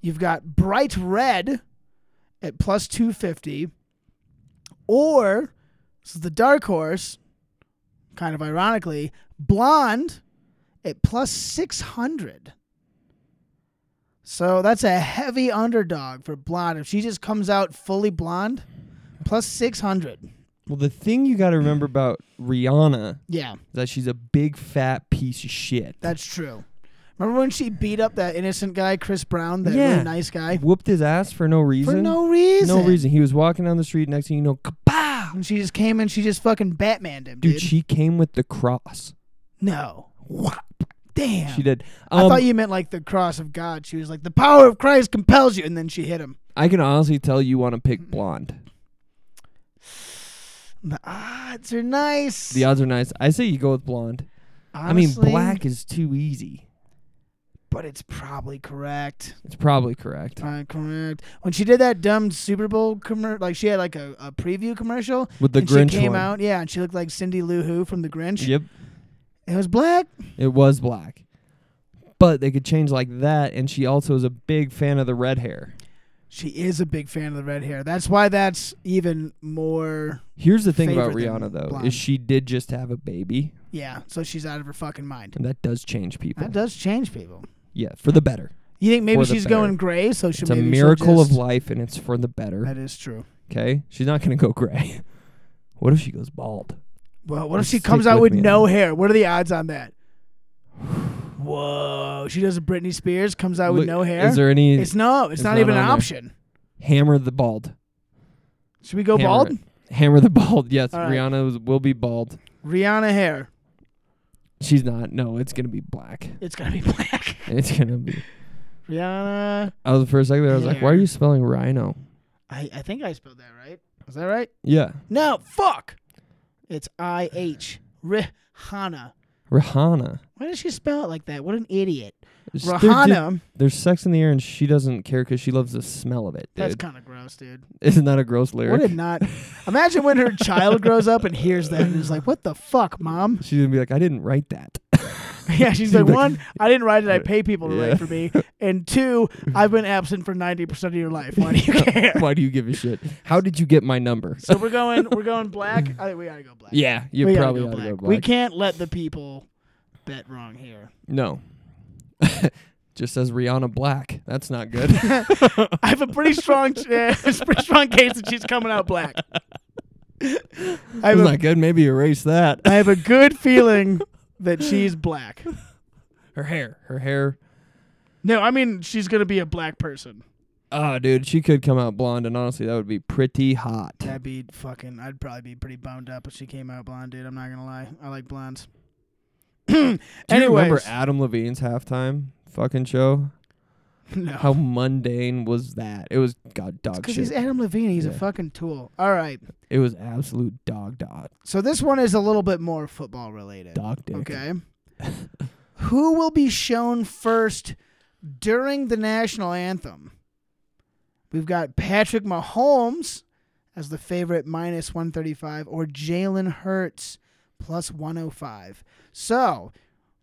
S2: You've got bright red at plus 250, or, this is the dark horse, kind of ironically, blonde at plus 600. So that's a heavy underdog for blonde. If she just comes out fully blonde, plus 600.
S3: Well, the thing you got to remember about Rihanna
S2: Yeah,
S3: is that she's a big fat piece of shit.
S2: that's true. Remember when she beat up that innocent guy, Chris Brown, that
S3: Yeah.
S2: really nice guy?
S3: Whooped his ass for no reason.
S2: For no reason.
S3: No reason. He was walking down the street. Next thing you know, kapow!
S2: And she just came and she just fucking Batmaned him, dude.
S3: Dude, she came with the cross.
S2: no. Whop. Damn.
S3: She did.
S2: I
S3: Um,
S2: thought you meant like the cross of God. She was like, the power of Christ compels you. And then she hit him.
S3: I can honestly tell you want to pick blonde.
S2: The odds are nice.
S3: The odds are nice. I say you go with blonde. I mean,
S2: Honestly,
S3: black is too easy.
S2: but it's probably correct.
S3: It's probably correct.
S2: Probably correct. When she did that dumb Super Bowl commercial, like she had like a, a preview commercial.
S3: With the
S2: and
S3: Grinch
S2: she came
S3: one.
S2: out, yeah, and she looked like Cindy Lou Who from The Grinch.
S3: Yep.
S2: It was black.
S3: It was black. But they could change like that, and she also is a big fan of the red hair.
S2: She is a big fan of the red hair. That's why that's even more.
S3: Here's the thing about
S2: Favorite than
S3: Rihanna though,
S2: blonde.
S3: is she did just have a baby,
S2: Yeah, so she's out of her fucking mind.
S3: and that does change people.
S2: That does change people.
S3: Yeah, for the better.
S2: You think maybe
S3: For the
S2: she's
S3: better.
S2: going gray, so she
S3: It's a
S2: maybe she'll
S3: miracle of
S2: just-
S3: life, and it's for the better.
S2: That is true.
S3: Okay, she's not gonna go gray. What if she goes bald?
S2: Well, what if
S3: Just
S2: she comes
S3: stick
S2: out with
S3: with me on
S2: no
S3: that.
S2: hair? What are the odds on that? Whoa, she does a Britney Spears, comes out with
S3: Look,
S2: no hair.
S3: Is there any
S2: it's no, it's,
S3: it's
S2: not,
S3: not
S2: even an
S3: on there.
S2: option.
S3: hammer the bald?
S2: Should we go
S3: Hammer
S2: bald?
S3: it. Hammer the bald. Yes,
S2: All right.
S3: Rihanna was, will be bald.
S2: Rihanna hair.
S3: She's not. No, it's gonna be black.
S2: It's gotta be black.
S3: It's gonna be.
S2: Rihanna.
S3: I was for a second there. I was like, why are
S2: Hair.
S3: you spelling rhino?
S2: I, I think I spelled that right. Is that right?
S3: Yeah,
S2: No, fuck. It's I H. Rihanna.
S3: Rihanna.
S2: Why does she spell it like that? What an idiot.
S3: It's- they're just-
S2: Rihanna.
S3: There's sex in the air, and she doesn't care because she loves the smell of it.
S2: That's
S3: Dude.
S2: kind of gross, dude.
S3: Isn't that a gross lyric?
S2: What a not. Imagine when her child grows up and hears that and is like, "What the fuck, mom?"
S3: She's gonna be like, I didn't write that.
S2: Yeah, she's like, one, I didn't write it. I pay people to
S3: Yeah.
S2: write for me, and two, I've been absent for ninety percent of your life. Why do you care?
S3: Why do you give a shit? How did you get my number?
S2: so we're going, we're going black. I think we gotta go black.
S3: yeah, you
S2: we
S3: probably
S2: gotta go
S3: oughta
S2: black.
S3: go
S2: We
S3: black.
S2: can't let the people bet wrong here.
S3: no. Just says Rihanna Black. That's not good.
S2: I have a pretty strong, eh, it's a pretty strong case that she's coming out black. I have,
S3: That's
S2: a,
S3: not good. Maybe erase that.
S2: I have a good feeling that she's black.
S3: Her hair. Her hair.
S2: No, I mean she's gonna be a black person.
S3: Ah, dude, she could come out blonde, and honestly, that would be pretty hot.
S2: That'd be fucking. I'd probably be pretty boned up if she came out blonde, dude. I'm not gonna lie. I like blondes.
S3: Do you remember
S2: Anyways,
S3: Adam Levine's halftime fucking show?
S2: no,
S3: How mundane was that? It was god dog
S2: because he's
S3: shit.
S2: Adam Levine. He's a
S3: Yeah.
S2: fucking tool. All right.
S3: It was absolute dog dog
S2: So this one is a little bit more football related.
S3: dog dick.
S2: Okay. Who will be shown first during the national anthem? We've got Patrick Mahomes as the favorite minus 135 or Jalen Hurts plus 105. So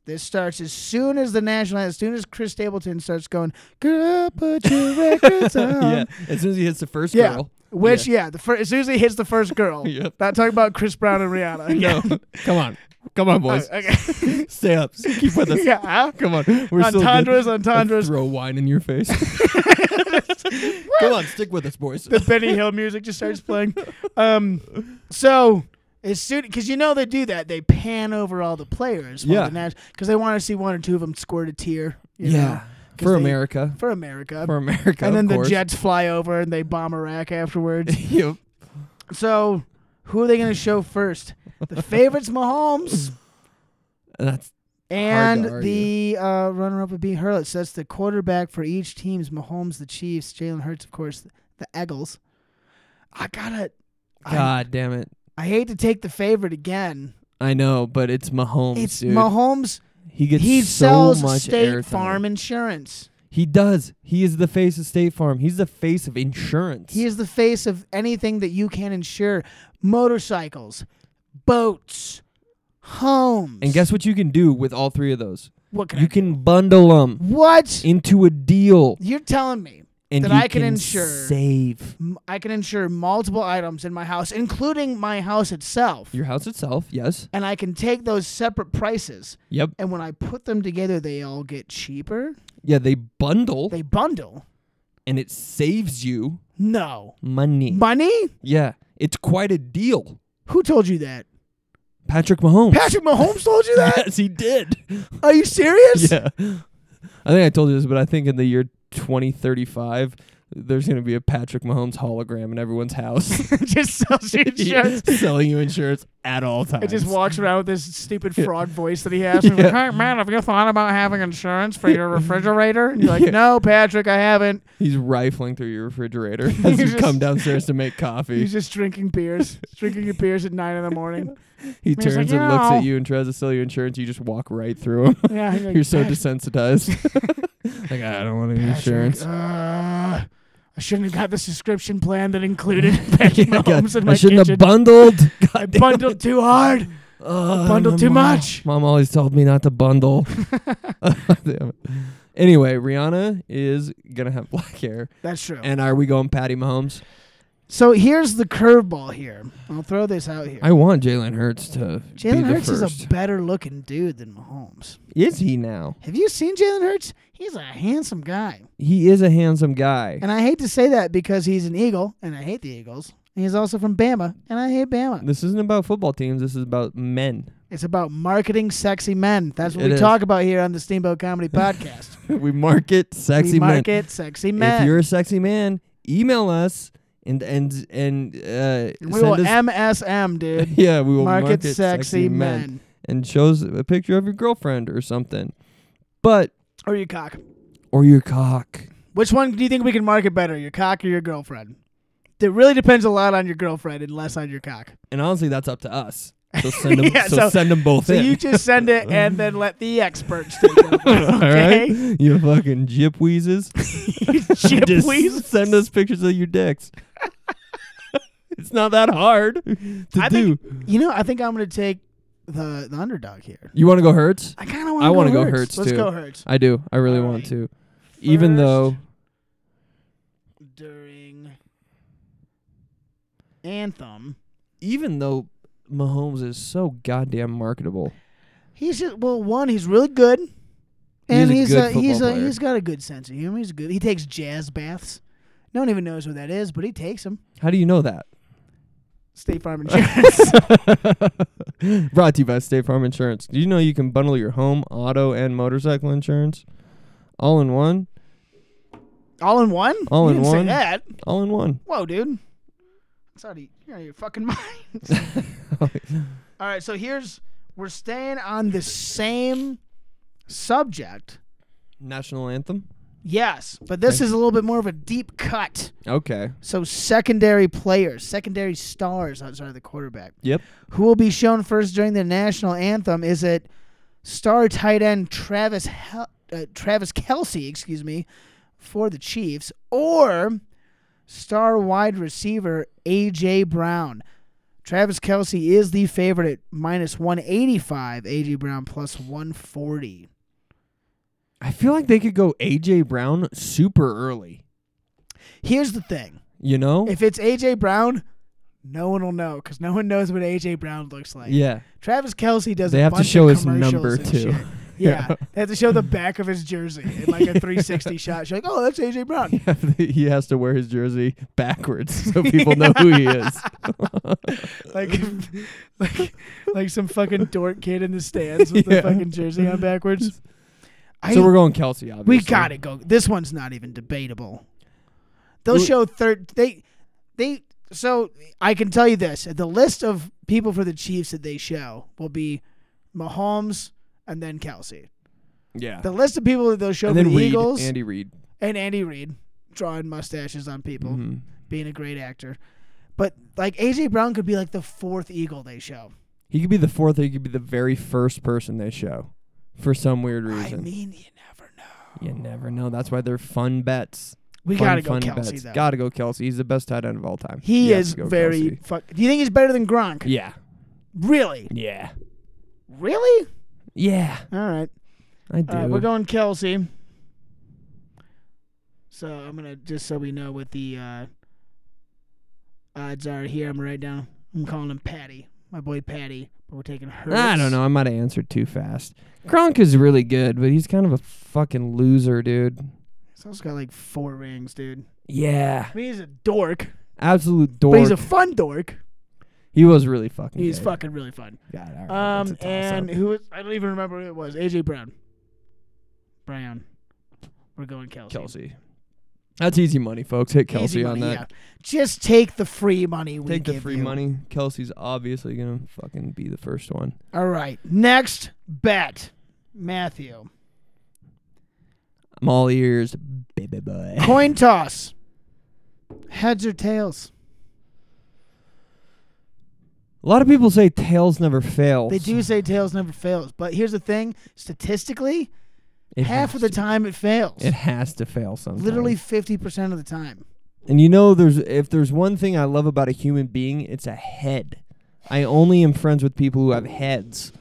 S2: this starts as soon as the national as soon as Chris Stapleton starts going, girl, put your records on.
S3: yeah. As soon as he hits the first
S2: um, Yeah.
S3: girl.
S2: Which, yeah, the fir- as soon as he hits the first girl,
S3: Yep.
S2: not talking about Chris Brown and Rihanna.
S3: No. Come on. Come on, boys.
S2: Oh, okay.
S3: Stay up. Keep with us.
S2: yeah.
S3: Come on. We're still good.
S2: entendres, entendres.
S3: Throw wine in your face. Come on, stick with us, boys.
S2: the Benny Hill music just starts playing. Um, so as soon because you know they do that, they pan over all the players.
S3: Yeah.
S2: because they want to see one or two of them squirt a tear. you know,
S3: Yeah.
S2: 'cause
S3: For
S2: they-
S3: America.
S2: for America.
S3: For America.
S2: and then
S3: of
S2: the
S3: course.
S2: Jets fly over and they bomb Iraq afterwards.
S3: Yep.
S2: so who are they going to show first? The favorites, Mahomes.
S3: That's
S2: And
S3: argue.
S2: the uh, runner-up would be Hurley. So that's the quarterback for each team's Mahomes, the Chiefs, Jalen Hurts, of course, the Eagles. I gotta. I-
S3: God damn it.
S2: I hate to take the favorite again.
S3: I know, but it's Mahomes,
S2: it's
S3: dude.
S2: Mahomes.
S3: he gets
S2: he
S3: so
S2: sells
S3: much
S2: State
S3: airtime.
S2: Farm insurance.
S3: He does. He is the face of State Farm. He's the face of insurance.
S2: He is the face of anything that you can insure: motorcycles, boats, homes.
S3: and guess what you can do with all three of those?
S2: what? Can I
S3: You
S2: do?
S3: can bundle them
S2: What?
S3: into a deal,
S2: You're telling me
S3: and
S2: That
S3: you
S2: I can insure.
S3: save
S2: m- I can insure multiple items in my house, including my house itself,
S3: your house itself. Yes.
S2: and I can take those separate prices.
S3: Yep.
S2: And when I put them together, they all get cheaper.
S3: Yeah, they bundle,
S2: They bundle.
S3: and it saves you
S2: No
S3: money.
S2: money.
S3: yeah, it's quite a deal.
S2: Who told you that?
S3: Patrick Mahomes.
S2: Patrick Mahomes told you that?
S3: yes, he did.
S2: Are you serious?
S3: yeah. I think I told you this, but I think in the year 2035, There's gonna be a Patrick Mahomes hologram in everyone's house,
S2: just sells you shirts.
S3: selling you insurance at all times.
S2: It just walks around with this stupid fraud voice that he has.
S3: Yeah.
S2: He's like, hey, man, have you thought about having insurance for your refrigerator? And you're like,
S3: Yeah.
S2: no, Patrick, I haven't.
S3: He's rifling through your refrigerator as you
S2: just-
S3: come downstairs to make coffee.
S2: He's just drinking beers, drinking your beers at nine in the morning.
S3: He
S2: he's
S3: turns
S2: like,
S3: and looks at
S2: "No."
S3: you and tries to sell you insurance. You just walk right through him.
S2: Yeah, he's like,
S3: You're so
S2: "Pat-
S3: desensitized. like I don't want any
S2: Patrick,
S3: insurance.
S2: Uh, I shouldn't have got the subscription plan that included Patrick
S3: Yeah, God,
S2: Mahomes in
S3: I
S2: my
S3: shouldn't
S2: kitchen.
S3: have bundled.
S2: I bundled too hard.
S3: Ugh,
S2: bundled
S3: my
S2: too
S3: mom-
S2: much.
S3: Mom always told me not to bundle. Damn it. anyway, Rihanna is gonna have black hair,
S2: That's true.
S3: and are we going Patty Mahomes?
S2: so here's the curveball here. I'll throw this out here.
S3: I want Jalen Hurts to be
S2: Jalen
S3: the
S2: Hurts is
S3: first.
S2: a better looking dude than Mahomes.
S3: is he now?
S2: Have you seen Jalen Hurts? He's a handsome guy.
S3: He is a handsome guy.
S2: And I hate to say that because he's an Eagle, and I hate the Eagles. And he's also from Bama, and I hate Bama.
S3: This isn't about football teams. This is about men.
S2: It's about marketing sexy men. That's what
S3: It
S2: we
S3: is.
S2: talk about here on the Steamboat Comedy Podcast.
S3: we market sexy
S2: we
S3: men.
S2: market sexy men.
S3: If you're a sexy man, email us and and and uh,
S2: And we
S3: send
S2: will
S3: us.
S2: MSM, dude.
S3: yeah, we will
S2: market,
S3: market,
S2: sexy, men.
S3: and shows a picture of your girlfriend or something. But
S2: Or your cock.
S3: or your cock.
S2: Which one do you think we can market better, your cock or your girlfriend? It really depends a lot on your girlfriend and less on your cock.
S3: And honestly, that's up to us. So send them.
S2: Yeah,
S3: so,
S2: so-
S3: send them both
S2: So
S3: in.
S2: you just send it and then let the experts take it.
S3: All
S2: Okay?
S3: right, you fucking jip wheezes.
S2: Chip,
S3: Just
S2: please.
S3: send us pictures of your dicks. it's not that hard to
S2: I
S3: do.
S2: think- You know, I think I'm going to take the, the underdog here.
S3: you want to go Hurts?
S2: I kind of
S3: I
S2: want
S3: wanna
S2: to
S3: go
S2: Hurts.
S3: Hurts,
S2: Let's
S3: too.
S2: go Hurts.
S3: I do. I really
S2: All
S3: want
S2: right.
S3: to. Even
S2: First
S3: though
S2: During Anthem.
S3: even though Mahomes is so goddamn marketable.
S2: He's just well, one, he's really good, and
S3: a
S2: he's
S3: good
S2: a, he's
S3: football
S2: a,
S3: player.
S2: he's got a good sense of humor. He's good. He takes jazz baths. No one even knows what that is, but he takes them.
S3: How do you know that?
S2: State Farm insurance.
S3: Brought to you by State Farm Insurance. Do you know you can bundle your home, auto, and motorcycle insurance all in one?
S2: All in one.
S3: All
S2: You
S3: in
S2: didn't Say
S3: one.
S2: that.
S3: All in one.
S2: Whoa, dude. That's out of, you're out of your fucking mind. All right, so here's we're staying on the same subject.
S3: National anthem.
S2: Yes, but this
S3: Okay.
S2: is a little bit more of a deep cut.
S3: Okay.
S2: So secondary players, secondary stars outside of the quarterback.
S3: Yep.
S2: Who will be shown first during the national anthem? Is it star tight end Travis Hel- uh, Travis Kelsey, excuse me, for the Chiefs, or star wide receiver AJ Brown? Travis Kelsey is the favorite at minus 185. AJ Brown plus 140.
S3: I feel like they could go AJ Brown super early.
S2: Here's the thing:
S3: You know?
S2: if it's AJ Brown, no one will know because no one knows what AJ Brown looks like.
S3: yeah.
S2: Travis Kelsey does.
S3: They
S2: a
S3: have to
S2: bunch
S3: show
S2: of
S3: his number,
S2: commercials and shit.
S3: too.
S2: Yeah.
S3: Yeah.
S2: they have to show the back of his jersey in like a 360 shot. She's like, "Oh, that's AJ Brown."
S3: he has to wear his jersey backwards so people know who he is.
S2: Like, like, like some fucking dork kid in the stands with the
S3: Yeah.
S2: fucking jersey on backwards. I,
S3: so we're going Kelsey, obviously.
S2: we gotta go. This one's not even debatable. They'll
S3: We-
S2: show third. They, they. So I can tell you this: the list of people for the Chiefs that they show will be Mahomes and then Kelsey.
S3: Yeah.
S2: The list of people that they'll show
S3: and
S2: for
S3: then
S2: the
S3: Reed,
S2: Eagles
S3: Andy Reid.
S2: and Andy Reid drawing mustaches on people,
S3: Mhm.
S2: being a great actor. But like AJ Brown could be like the fourth Eagle they show.
S3: He could be the fourth, or he could be the very first person they show for some weird
S2: I
S3: reason.
S2: mean, you never know.
S3: you never know. That's why they're fun bets.
S2: We
S3: Fun,
S2: gotta go
S3: fun
S2: Kelsey
S3: bets.
S2: though.
S3: Gotta go Kelsey. He's the best tight end of all time.
S2: he
S3: You have
S2: is
S3: to go
S2: very
S3: Kelsey.
S2: fuck. Do you think he's better than Gronk?
S3: Yeah.
S2: Really?
S3: Yeah.
S2: Really?
S3: Yeah.
S2: All right.
S3: I do.
S2: All right, Uh, we're going Kelsey. So I'm gonna just so we know what the uh, odds are here. I'm gonna write down. I'm calling him Patty, my boy Patty. But we're taking her.
S3: I don't know. I might have answered too fast. Gronk is really good, but he's kind of a fucking loser, dude.
S2: He's also got like four rings, dude.
S3: Yeah.
S2: I mean, he's a dork,
S3: Absolute dork.
S2: but he's a fun dork.
S3: he was really fucking
S2: He's
S3: good.
S2: fucking really fun.
S3: God, all right, that's
S2: Um,
S3: a toss-up.
S2: and who was? I don't even remember who it was. AJ Brown. Brown. We're going Kelsey.
S3: Kelsey. That's easy money, folks. Hit Kelsey
S2: Easy
S3: on
S2: money,
S3: that.
S2: yeah. Just take the free money. We
S3: Take the
S2: give
S3: free
S2: you.
S3: money. Kelsey's obviously gonna fucking be the first one.
S2: All right. Next bet, Matthew.
S3: I'm all ears, baby boy.
S2: Coin toss. Heads or tails?
S3: A lot of people say tails never fail.
S2: They do say tails never fails, but here's the thing: statistically, half of the time it fails.
S3: it has to fail sometimes.
S2: Literally fifty percent of the time.
S3: And you know, there's if there's one thing I love about a human being, it's a head. I only am friends with people who have heads,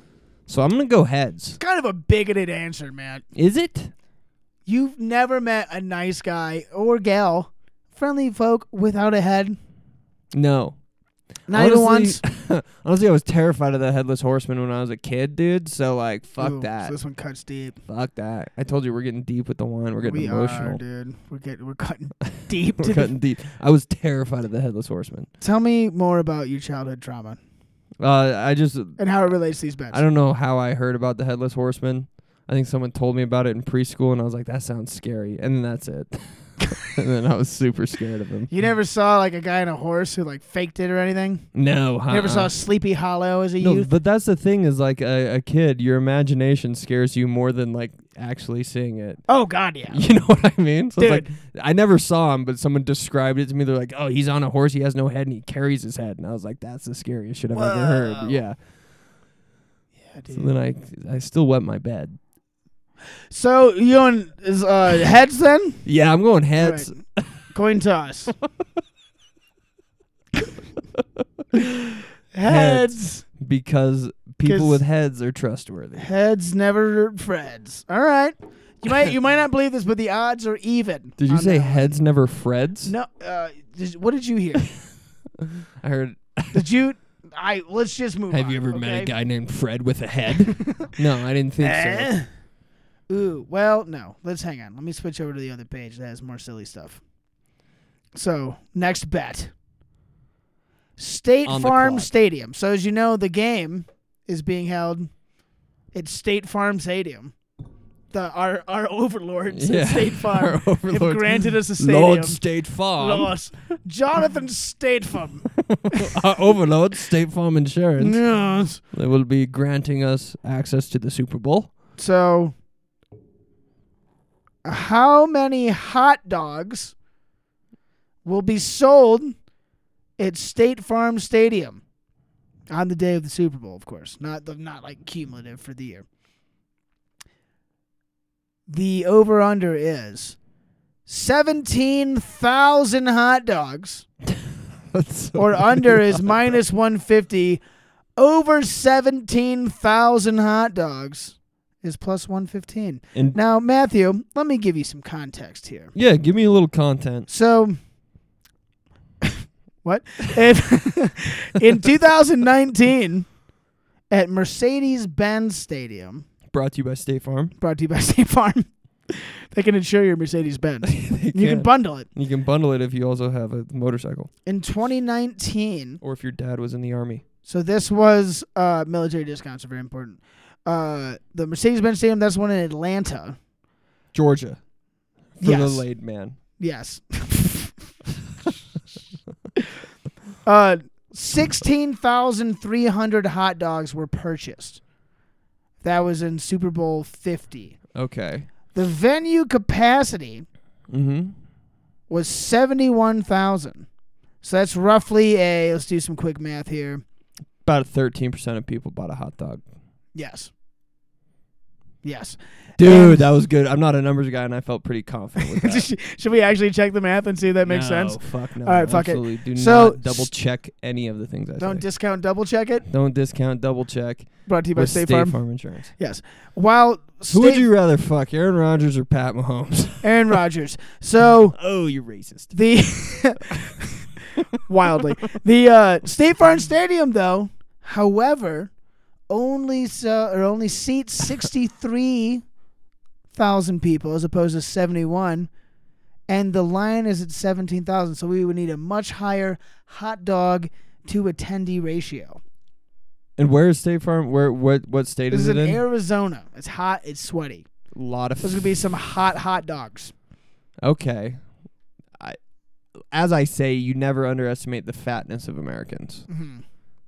S3: so I'm gonna go heads.
S2: Kind of a bigoted answer, Matt.
S3: Is it?
S2: You've never met a nice guy or gal, friendly folk without a head.
S3: No.
S2: Not even once.
S3: once. honestly, I was terrified of the headless horseman when I was a kid, dude. So like, fuck
S2: Ooh,
S3: that.
S2: So this one cuts deep.
S3: fuck that. I told you we're getting deep with the wine. We're getting
S2: we
S3: emotional.
S2: are, dude. We're getting we're cutting deep.
S3: We're
S2: to
S3: cutting deep. I was terrified of the headless horseman.
S2: The, tell me more about your childhood trauma
S3: Uh, I just
S2: and how it relates to these bets.
S3: I don't know how I heard about the headless horseman. I think someone told me about it in preschool, and I was like, "That sounds scary," and then that's it. and then I was super scared of him.
S2: you never saw like a guy on a horse who like faked it or anything.
S3: No,
S2: You never saw
S3: uh-uh.
S2: Sleepy Hollow as a
S3: No,
S2: youth.
S3: but that's the thing is like a, a kid, your imagination scares you more than like actually seeing it.
S2: Oh God, yeah.
S3: You know what I mean? So it's like I never saw him, but someone described it to me. They're like, "Oh, he's on a horse. He has no head, and he carries his head." And I was like, "That's the scariest shit I've ever
S2: Whoa.
S3: heard." Yeah.
S2: Yeah,
S3: So
S2: dude.
S3: then I I still wet my bed.
S2: So you on is uh, heads then?
S3: Yeah, I'm going heads.
S2: All right. Coin toss. heads.
S3: because people
S2: 'Cause-
S3: with heads are trustworthy.
S2: Heads never freds. All right. You might you might not believe this, but the odds are even.
S3: Did you
S2: on
S3: say
S2: that one.
S3: heads never freds?
S2: No. Uh, did, what did you hear?
S3: I heard.
S2: did you? I let's just move.
S3: Have
S2: on,
S3: you ever met
S2: okay?
S3: a guy named Fred with a head? no, I didn't think so.
S2: Eh. Ooh, well, no. Let's hang on. Let me switch over to the other page that has more silly stuff. So, next bet State
S3: On the
S2: Farm
S3: clock.
S2: Stadium. So, as you know, the game is being held at State Farm Stadium. The, our, our overlords
S3: Yeah,
S2: at State
S3: our
S2: Farm have
S3: overlords.
S2: granted us a stadium.
S3: Lord State Farm,
S2: Lost. Jonathan State Farm.
S3: our overlord, State Farm Insurance.
S2: yes.
S3: They will be granting us access to the Super Bowl.
S2: So, how many hot dogs will be sold at State Farm Stadium on the day of the Super Bowl? Of course, not the, not like cumulative for the year. The over under is seventeen thousand hot dogs,
S3: That's so
S2: or uh,
S3: many
S2: under
S3: hot
S2: is minus one fifty. Over seventeen thousand hot dogs is plus one fifteen.
S3: dogs. And
S2: Now, Matthew, let me give you some context here.
S3: yeah, give me a little content.
S2: So, what? In, in 2019, at Mercedes Benz Stadium,
S3: Brought to you by State Farm.
S2: brought to you by State Farm, they can insure your Mercedes Benz.
S3: They
S2: You can
S3: can't-
S2: bundle it.
S3: you can bundle it if you also have a motorcycle,
S2: In 2019,
S3: or if your dad was in the army.
S2: so this was uh, military discounts are very important. Uh, the Mercedes Benz Stadium, that's one in Atlanta.
S3: Georgia. For
S2: Yes.
S3: the laid man.
S2: Yes. uh, 16,300 hot dogs were purchased. That was in Super Bowl 50.
S3: Okay.
S2: The venue capacity
S3: Mm-hmm.
S2: was 71,000. So that's roughly a, let's do some quick math here.
S3: About thirteen percent of people bought a hot dog.
S2: Yes. Yes.
S3: Dude,
S2: And-
S3: that was good. I'm not a numbers guy, and I felt pretty confident with that.
S2: Should we actually check the math and see if that makes sense?
S3: Fuck no.
S2: All right, fuck it.
S3: absolutely. Do
S2: So,
S3: not double check any of the things I
S2: Don't
S3: say.
S2: discount, double check it.
S3: Don't discount, double check.
S2: Brought to you by
S3: with
S2: State,
S3: State,
S2: Farm.
S3: Farm Insurance.
S2: Yes. While
S3: Who would
S2: State-
S3: you rather fuck, Aaron Rodgers or Pat Mahomes?
S2: Aaron Rodgers. So
S3: oh, you're racist.
S2: the wildly the uh, State Farm Stadium, though, however, only so, or only seats sixty three thousand people as opposed to seventy one, and the line is at seventeen thousand. So we would need a much higher hot dog to attendee ratio.
S3: And where is State Farm? Where what what state
S2: This
S3: is
S2: is
S3: it
S2: in
S3: in?
S2: Arizona. It's hot. It's sweaty.
S3: lot of.
S2: There's gonna be some hot hot dogs.
S3: okay. as I say, you never underestimate the fatness of Americans.
S2: Mhm.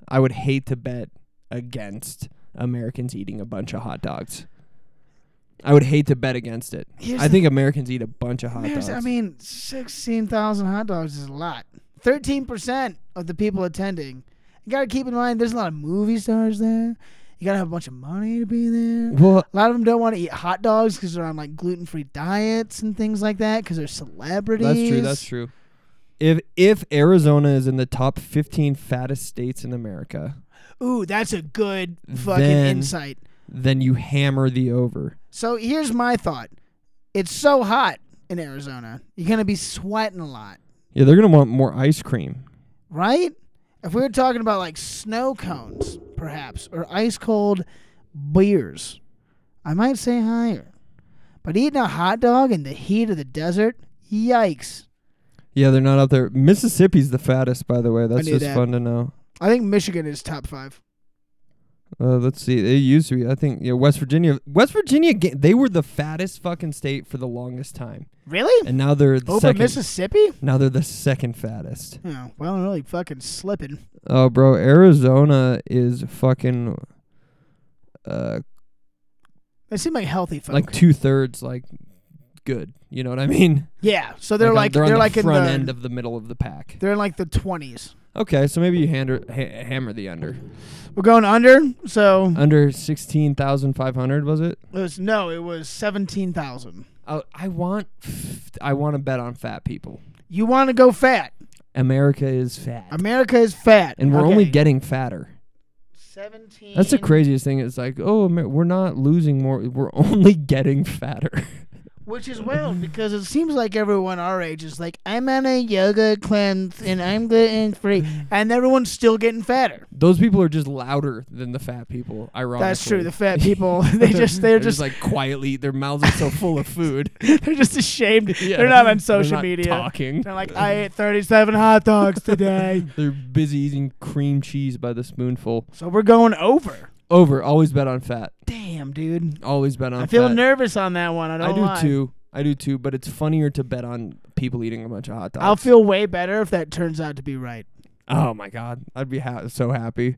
S3: I would hate to bet against Americans eating a bunch of hot dogs. I would hate to bet against it.
S2: Here's
S3: I
S2: the-
S3: think Americans eat a bunch of hot
S2: There's-
S3: dogs.
S2: I mean, 16,000 hot dogs is a lot. 13% of the people attending. You got to keep in mind there's a lot of movie stars there. You got to have a bunch of money to be there.
S3: well,
S2: A lot of them don't want to eat hot dogs because they're on like gluten free diets and things like that because they're celebrities.
S3: that's true. That's true. If if Arizona is in the top 15 fattest states in America,
S2: Ooh, that's a good fucking
S3: Then-
S2: insight.
S3: then you hammer the over.
S2: So here's my thought it's so hot in Arizona, you're going to be sweating a lot,
S3: Yeah, they're gonna want more ice cream.
S2: right? If we were talking about like snow cones, perhaps, or ice cold beers, I might say higher. But eating a hot dog in the heat of the desert, yikes.
S3: Yeah, they're not out there. Mississippi's the fattest, by the way. That's
S2: knew
S3: just
S2: that.
S3: fun to know.
S2: I think Michigan is top five.
S3: Uh, let's see. It used to be. I think yeah, West Virginia. West Virginia. ga- They were the fattest fucking state for the longest time,
S2: Really?
S3: and now they're the
S2: Over
S3: second.
S2: Mississippi?
S3: now they're the second fattest.
S2: Oh, well, I'm really fucking slipping.
S3: Oh, bro, Arizona is fucking uh
S2: They seem like healthy folk.
S3: like two thirds like good. You know what I mean?
S2: yeah, so they're
S3: on-
S2: like,
S3: they're,
S2: they're
S3: on
S2: like
S3: the
S2: in
S3: front
S2: the
S3: end of the middle of the pack.
S2: they're in like the twenties.
S3: Okay, so maybe you hander, ha- hammer the under.
S2: We're going under, so
S3: Under sixteen thousand five hundred was it?
S2: it was no, it was seventeen thousand.
S3: I, I want I want to bet on fat people.
S2: You want to go fat?
S3: America is fat,
S2: America is fat,
S3: and we're only
S2: Okay.
S3: getting fatter.
S2: seventeen.
S3: That's the craziest thing. It's like, oh, Amer- we're not losing more; we're only getting fatter.
S2: which is wild because it seems like everyone our age is like, I'm on a yoga cleanse and I'm gluten free, and everyone's still getting fatter.
S3: Those people are just louder than the fat people. Ironically,
S2: That's true. The fat people, they just they're just
S3: like quietly. Their mouths are so full of food.
S2: they're just ashamed.
S3: Yeah.
S2: They're not on social
S3: not
S2: media.
S3: talking.
S2: They're like, I ate 37 hot dogs today.
S3: They're busy eating cream cheese by the spoonful.
S2: so we're going over.
S3: Over. Always bet on fat.
S2: Damn, dude.
S3: Always bet on.
S2: I feel
S3: fat.
S2: nervous on that one. I don't
S3: I do
S2: lie.
S3: too. I do too. But it's funnier to bet on people eating a bunch of hot dogs.
S2: I'll feel way better if that turns out to be right.
S3: oh my god, I'd be ha- so happy.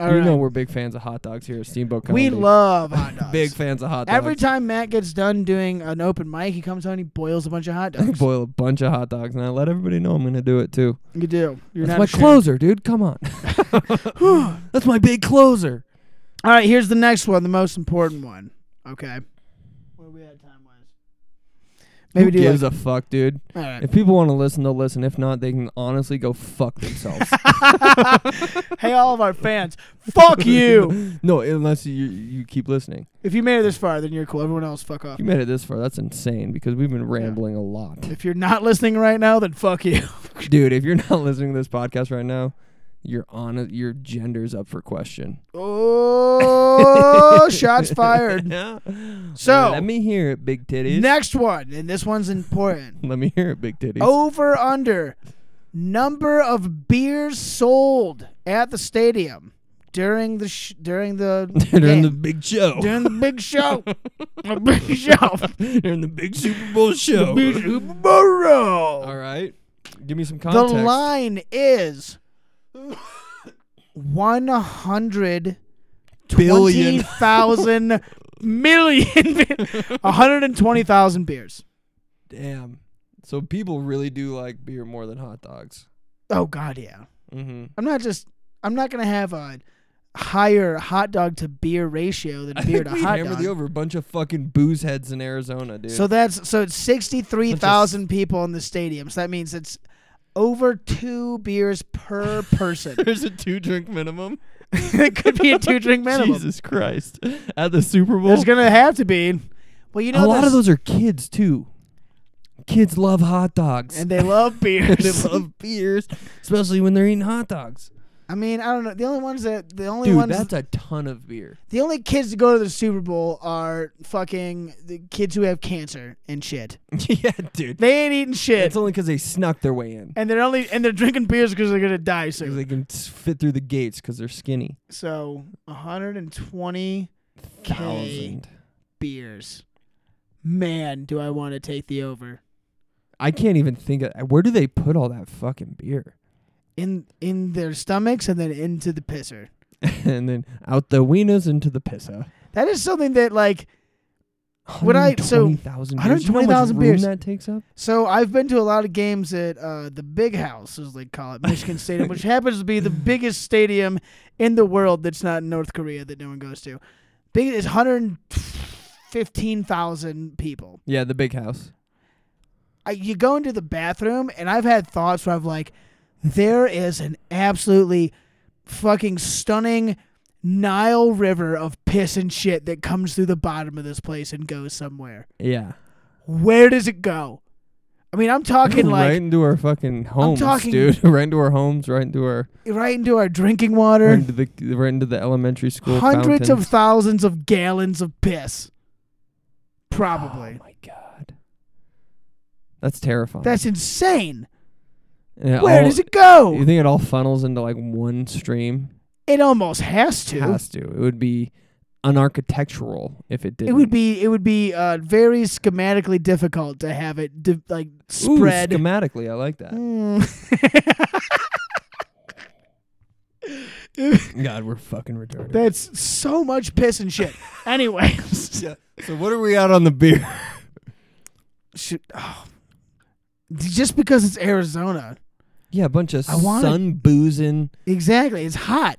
S2: All
S3: you
S2: right.
S3: know we're big fans of hot dogs here at Steamboat
S2: we
S3: Comedy.
S2: love hot dogs.
S3: big fans of hot dogs.
S2: Every time Matt gets done doing an open mic, he comes home and he boils a bunch of hot
S3: I
S2: dogs.
S3: boil a bunch of hot dogs, and I let everybody know I'm gonna do it too.
S2: you do. You're
S3: That's
S2: not
S3: my
S2: ashamed.
S3: closer, dude. Come on. That's my big closer.
S2: All right, here's the next one, the most important one. Okay. Where we at time wise? Maybe
S3: Who
S2: do
S3: gives a fuck, dude?
S2: like, all right.
S3: If people want to listen, they'll listen. If not, they can honestly go fuck themselves.
S2: hey, all of our fans, fuck you.
S3: no, unless you you keep listening.
S2: If you made it this far, then you're cool. Everyone else, fuck off.
S3: You made it this far. That's insane because we've been rambling a lot.
S2: If you're not listening right now, then fuck you.
S3: dude if you're not listening to this podcast right now you're on your gender's up for question
S2: Oh, shots fired.
S3: yeah
S2: So-
S3: let me hear it big titties
S2: Next one, and this one's important.
S3: let me hear it big titties
S2: Over under number of beers sold at the stadium during the sh- during the
S3: during the
S2: game.
S3: big show
S2: during the big show, the big show,
S3: during the big super bowl show
S2: Big Super Bowl.
S3: all right give me some
S2: The
S3: context
S2: line is one hundred twenty
S3: Billion.
S2: thousand million, one hundred and twenty thousand beers.
S3: damn so people really do like beer more than hot dogs
S2: Oh God, yeah.
S3: mm-hmm.
S2: I'm not just. I'm not gonna have a higher hot dog to beer ratio than
S3: I
S2: beer
S3: think
S2: to
S3: we
S2: hot
S3: hammered
S2: dog.
S3: the over a bunch of fucking booze heads in Arizona, dude.
S2: so that's so it's sixty three thousand people in the stadium. So that means it's over two beers per person.
S3: there's a two drink minimum.
S2: it could be a two drink minimum.
S3: Jesus Christ! At the Super Bowl,
S2: There's gonna have to be. Well, you know
S3: a lot of
S2: this-
S3: those are kids too. Kids love hot dogs
S2: and they love beers.
S3: they love beers, especially when they're eating hot dogs.
S2: I mean, I don't know. The only ones that the only
S3: Dude,
S2: ones
S3: that's a ton of beer.
S2: the only kids to go to the Super Bowl are fucking the kids who have cancer and shit.
S3: yeah, dude.
S2: They ain't eating shit.
S3: It's only because they snuck their way in.
S2: and they're only and they're drinking beers because they're gonna die
S3: 'Cause
S2: soon.
S3: they can s- fit through the gates because they're skinny.
S2: So 120
S3: Thousand.
S2: beers. Man, do I want to take the over?
S3: I can't even think of where do they put all that fucking beer?
S2: in in their stomachs and then into the pisser.
S3: and then out the wieners into the pissa.
S2: That is something that like What I- so,
S3: 120,000 beers. You know how much
S2: 120,000
S3: room
S2: beers.
S3: that takes up?
S2: so I've been to a lot of games at uh, the Big House, as they call it, Michigan Stadium, which happens to be the biggest stadium in the world that's not in North Korea that no one goes to. Big is 115,000 people.
S3: Yeah, the big house.
S2: I, you go into the bathroom, and I've had thoughts where I've like, there is an absolutely fucking stunning Nile River of piss and shit that comes through the bottom of this place and goes somewhere.
S3: Yeah.
S2: Where does it go? I mean, I'm talking
S3: right
S2: like
S3: into our fucking homes,
S2: talking-
S3: dude. right into our homes, right into our
S2: right, into our drinking
S3: right
S2: water,
S3: into the right into the elementary school
S2: hundreds of
S3: fountains.
S2: thousands of gallons of piss. Probably.
S3: Oh my god. That's terrifying.
S2: That's insane.
S3: And it
S2: Where
S3: all-
S2: does it go?
S3: You think it all funnels into like one stream?
S2: it almost has to.
S3: Has to. It would be unarchitectural if it did.
S2: It would be it would be uh, very schematically difficult to have it di- like spread.
S3: schematically. I like that.
S2: Mm.
S3: God, we're fucking retarded.
S2: That's so much piss and shit. Anyways,
S3: So what are we out on the beer?
S2: Shoot. Oh. just because it's Arizona,
S3: yeah, a bunch of
S2: I wanna-
S3: sun boozing,
S2: exactly, it's hot.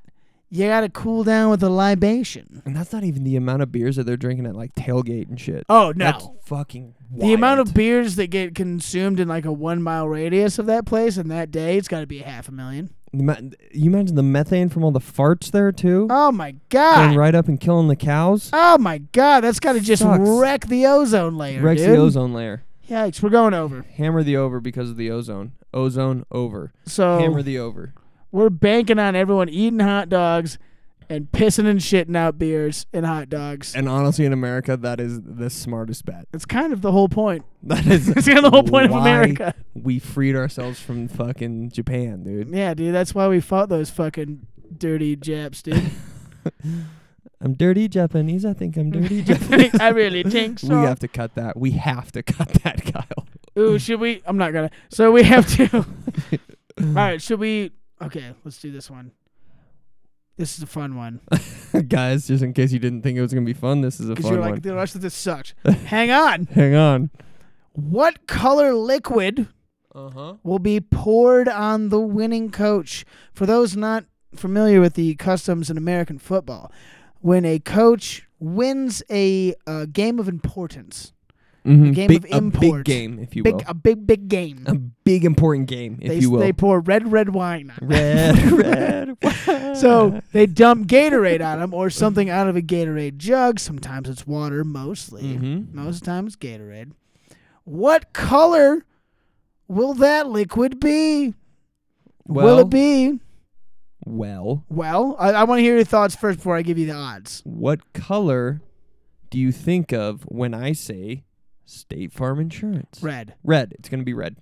S2: You gotta cool down with a libation.
S3: and that's not even the amount of beers that they're drinking at like tailgate and shit.
S2: Oh no.
S3: That's fucking
S2: the amount of beers that get consumed in like a one mile radius of that place in that day, it's got to be a half a million.
S3: of you imagine the methane from all the farts there too,
S2: Oh my
S3: going
S2: god!
S3: right up and killing the cows,
S2: Oh my god! That's got to just
S3: Sucks.
S2: wreck the ozone layer,
S3: wrecks
S2: dude.
S3: the ozone layer.
S2: Yikes, we're going over.
S3: Hammer the over because of the ozone. Ozone over.
S2: So
S3: Hammer the over.
S2: we're banking on everyone eating hot dogs and pissing and shitting out beers and hot dogs.
S3: And honestly, in America, that is the smartest bet.
S2: It's kind of the whole point.
S3: That is
S2: That's kind of the whole point of
S3: why
S2: America.
S3: We freed ourselves from fucking Japan, dude.
S2: Yeah, dude, that's why we fought those fucking dirty Japs, dude.
S3: I'm dirty Japanese. I think I'm dirty Japanese.
S2: I really think
S3: We
S2: so.
S3: have to cut that. We have to cut that, Kyle.
S2: Ooh, should we? I'm not gonna. So we have to. All right, should we? Okay, let's do this one. This is a fun one
S3: Guys, just in case you didn't think it was gonna be fun, this is a
S2: because
S3: fun
S2: you're like
S3: one.
S2: the rest of this sucked. Hang on.
S3: Hang on.
S2: What color liquid
S3: Uh huh.
S2: will be poured on the winning coach. For those not familiar with the customs in American football, when a coach wins a uh, game of importance,
S3: Mm-hmm.
S2: game
S3: big,
S2: of
S3: A big
S2: import.
S3: game, if you
S2: big
S3: will.
S2: a big big game,
S3: A big important game, if
S2: they,
S3: you will.
S2: they pour red red wine on. 'em.
S3: red, red. wine.
S2: So they dump Gatorade on them or something out of a Gatorade jug. Sometimes it's water, mostly.
S3: Mhm.
S2: Most of the time it's Gatorade. What color will that liquid be? will
S3: Well-
S2: it be
S3: well,
S2: Well, I, I want to hear your thoughts first before I give you the odds.
S3: what color do you think of when I say State Farm Insurance?
S2: Red.
S3: Red. It's gonna be red.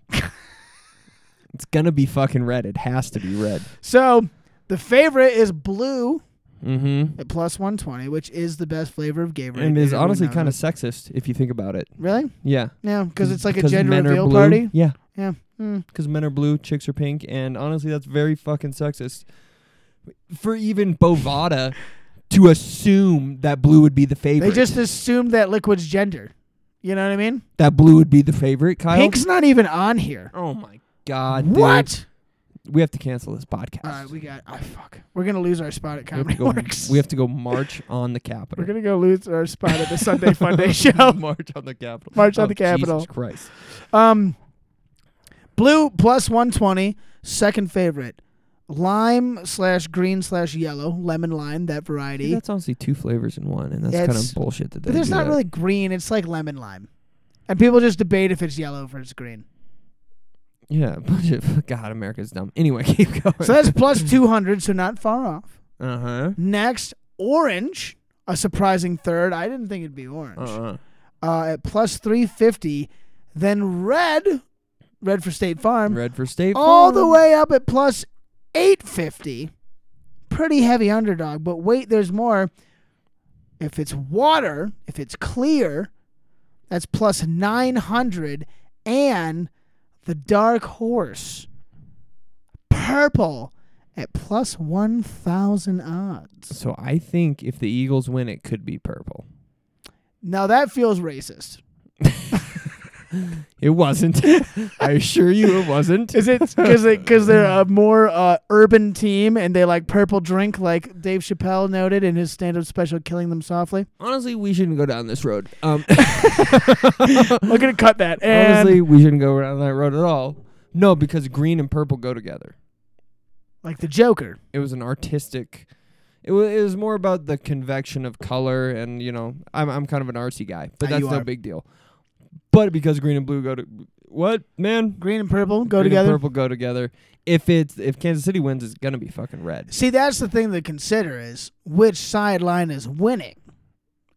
S3: it's gonna be fucking red. It has to be red.
S2: So the favorite is blue
S3: Mm-hmm.
S2: at plus 120, which is the best flavor of Gatorade.
S3: And it is
S2: Everyone
S3: honestly
S2: knows
S3: kind of
S2: it.
S3: sexist if you think about it.
S2: Really?
S3: Yeah.
S2: Yeah, because it's like a gender
S3: men are
S2: reveal
S3: blue.
S2: party.
S3: Yeah.
S2: Yeah. Mm.
S3: Because men are blue, chicks are pink, and honestly, that's very fucking sexist. For even Bovada to assume that blue would be the favorite.
S2: They just assumed that liquid's gender. You know what I mean?
S3: that blue would be the favorite, Kyle.
S2: Pink's not even on here.
S3: Oh my god. dude.
S2: What?
S3: We have to cancel this podcast.
S2: All right, we got. Oh, fuck. We're going to lose our spot at
S3: We have
S2: Comedy
S3: to go-
S2: Works.
S3: we have to go march on the Capitol.
S2: We're going to go lose our spot at the Sunday Funday show.
S3: March on the Capitol.
S2: March on
S3: Oh,
S2: the Capitol.
S3: Jesus Christ.
S2: Um, blue plus 120, second favorite. Lime slash green slash yellow, lemon lime, that variety.
S3: See, that's honestly two flavors in one, and that's
S2: Yeah,
S3: kind
S2: it's-
S3: of bullshit that they
S2: but there's
S3: do
S2: not
S3: that.
S2: really green, it's like lemon lime. And people just debate if it's yellow or it's green.
S3: Yeah, a bunch of God, America's dumb. Anyway, keep going.
S2: So that's plus 200, so not far off.
S3: uh huh.
S2: Next, orange, a surprising third. I didn't think it'd be orange.
S3: Uh-uh.
S2: Uh, at plus 350. Then red, red for State Farm.
S3: Red for state.
S2: all the
S3: Farm.
S2: way up at plus 850. Pretty heavy underdog, but wait, there's more. If it's water, if it's clear, that's plus 900 and The Dark Horse. Purple at plus 1,000 odds.
S3: So I think if the Eagles win, it could be purple.
S2: Now that feels racist.
S3: It wasn't. I assure you, it wasn't.
S2: Is it because they, cause they're a more uh, urban team and they like purple drink, like Dave Chappelle noted in his stand up special, Killing Them Softly?
S3: Honestly, we shouldn't go down this road. Um,
S2: We're going to cut that. And
S3: honestly, we shouldn't go down that road at all. No, because green and purple go together.
S2: like the Joker.
S3: It was an artistic. It was, it was more about the convection of color, and you know, I'm I'm kind of an artsy guy, but
S2: Ah,
S3: that's
S2: you
S3: no
S2: are.
S3: big deal. But because green and blue go to what man?
S2: Green and purple go
S3: Green and
S2: together.
S3: purple go together. If it's if Kansas City wins, it's gonna be fucking red.
S2: See, that's the thing to consider is which sideline is winning,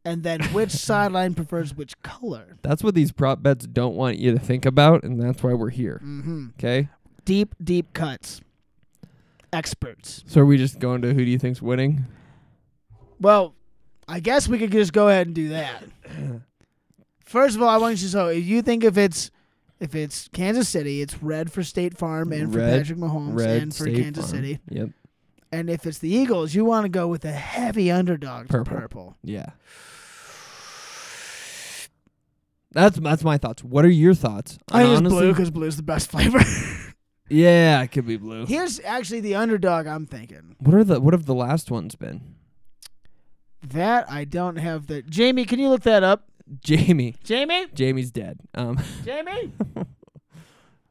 S2: and then which sideline prefers which color.
S3: That's what these prop bets don't want you to think about, and that's why we're here.
S2: hmm
S3: Okay,
S2: Deep, deep cuts. Experts.
S3: so are we just going to who do you think's winning?
S2: Well, I guess we could just go ahead and do that. First of all, I want you to so if you think if it's if it's Kansas City, it's red for State Farm and for
S3: Red-
S2: Patrick Mahomes
S3: red
S2: and for
S3: State
S2: Kansas
S3: Farm.
S2: City.
S3: Yep.
S2: And if it's the Eagles, you want to go with a heavy underdog for
S3: Purple.
S2: purple.
S3: Yeah. That's that's my thoughts. What are your thoughts?
S2: I
S3: And
S2: think it's blue
S3: honestly-
S2: because blue's the best flavor.
S3: Yeah, it could be blue.
S2: Here's actually the underdog I'm thinking.
S3: What are the what have the last ones been?
S2: That I don't have the Jamie, can you look that up?
S3: Jamie.
S2: Jamie?
S3: Jamie's dead. Um
S2: Jamie?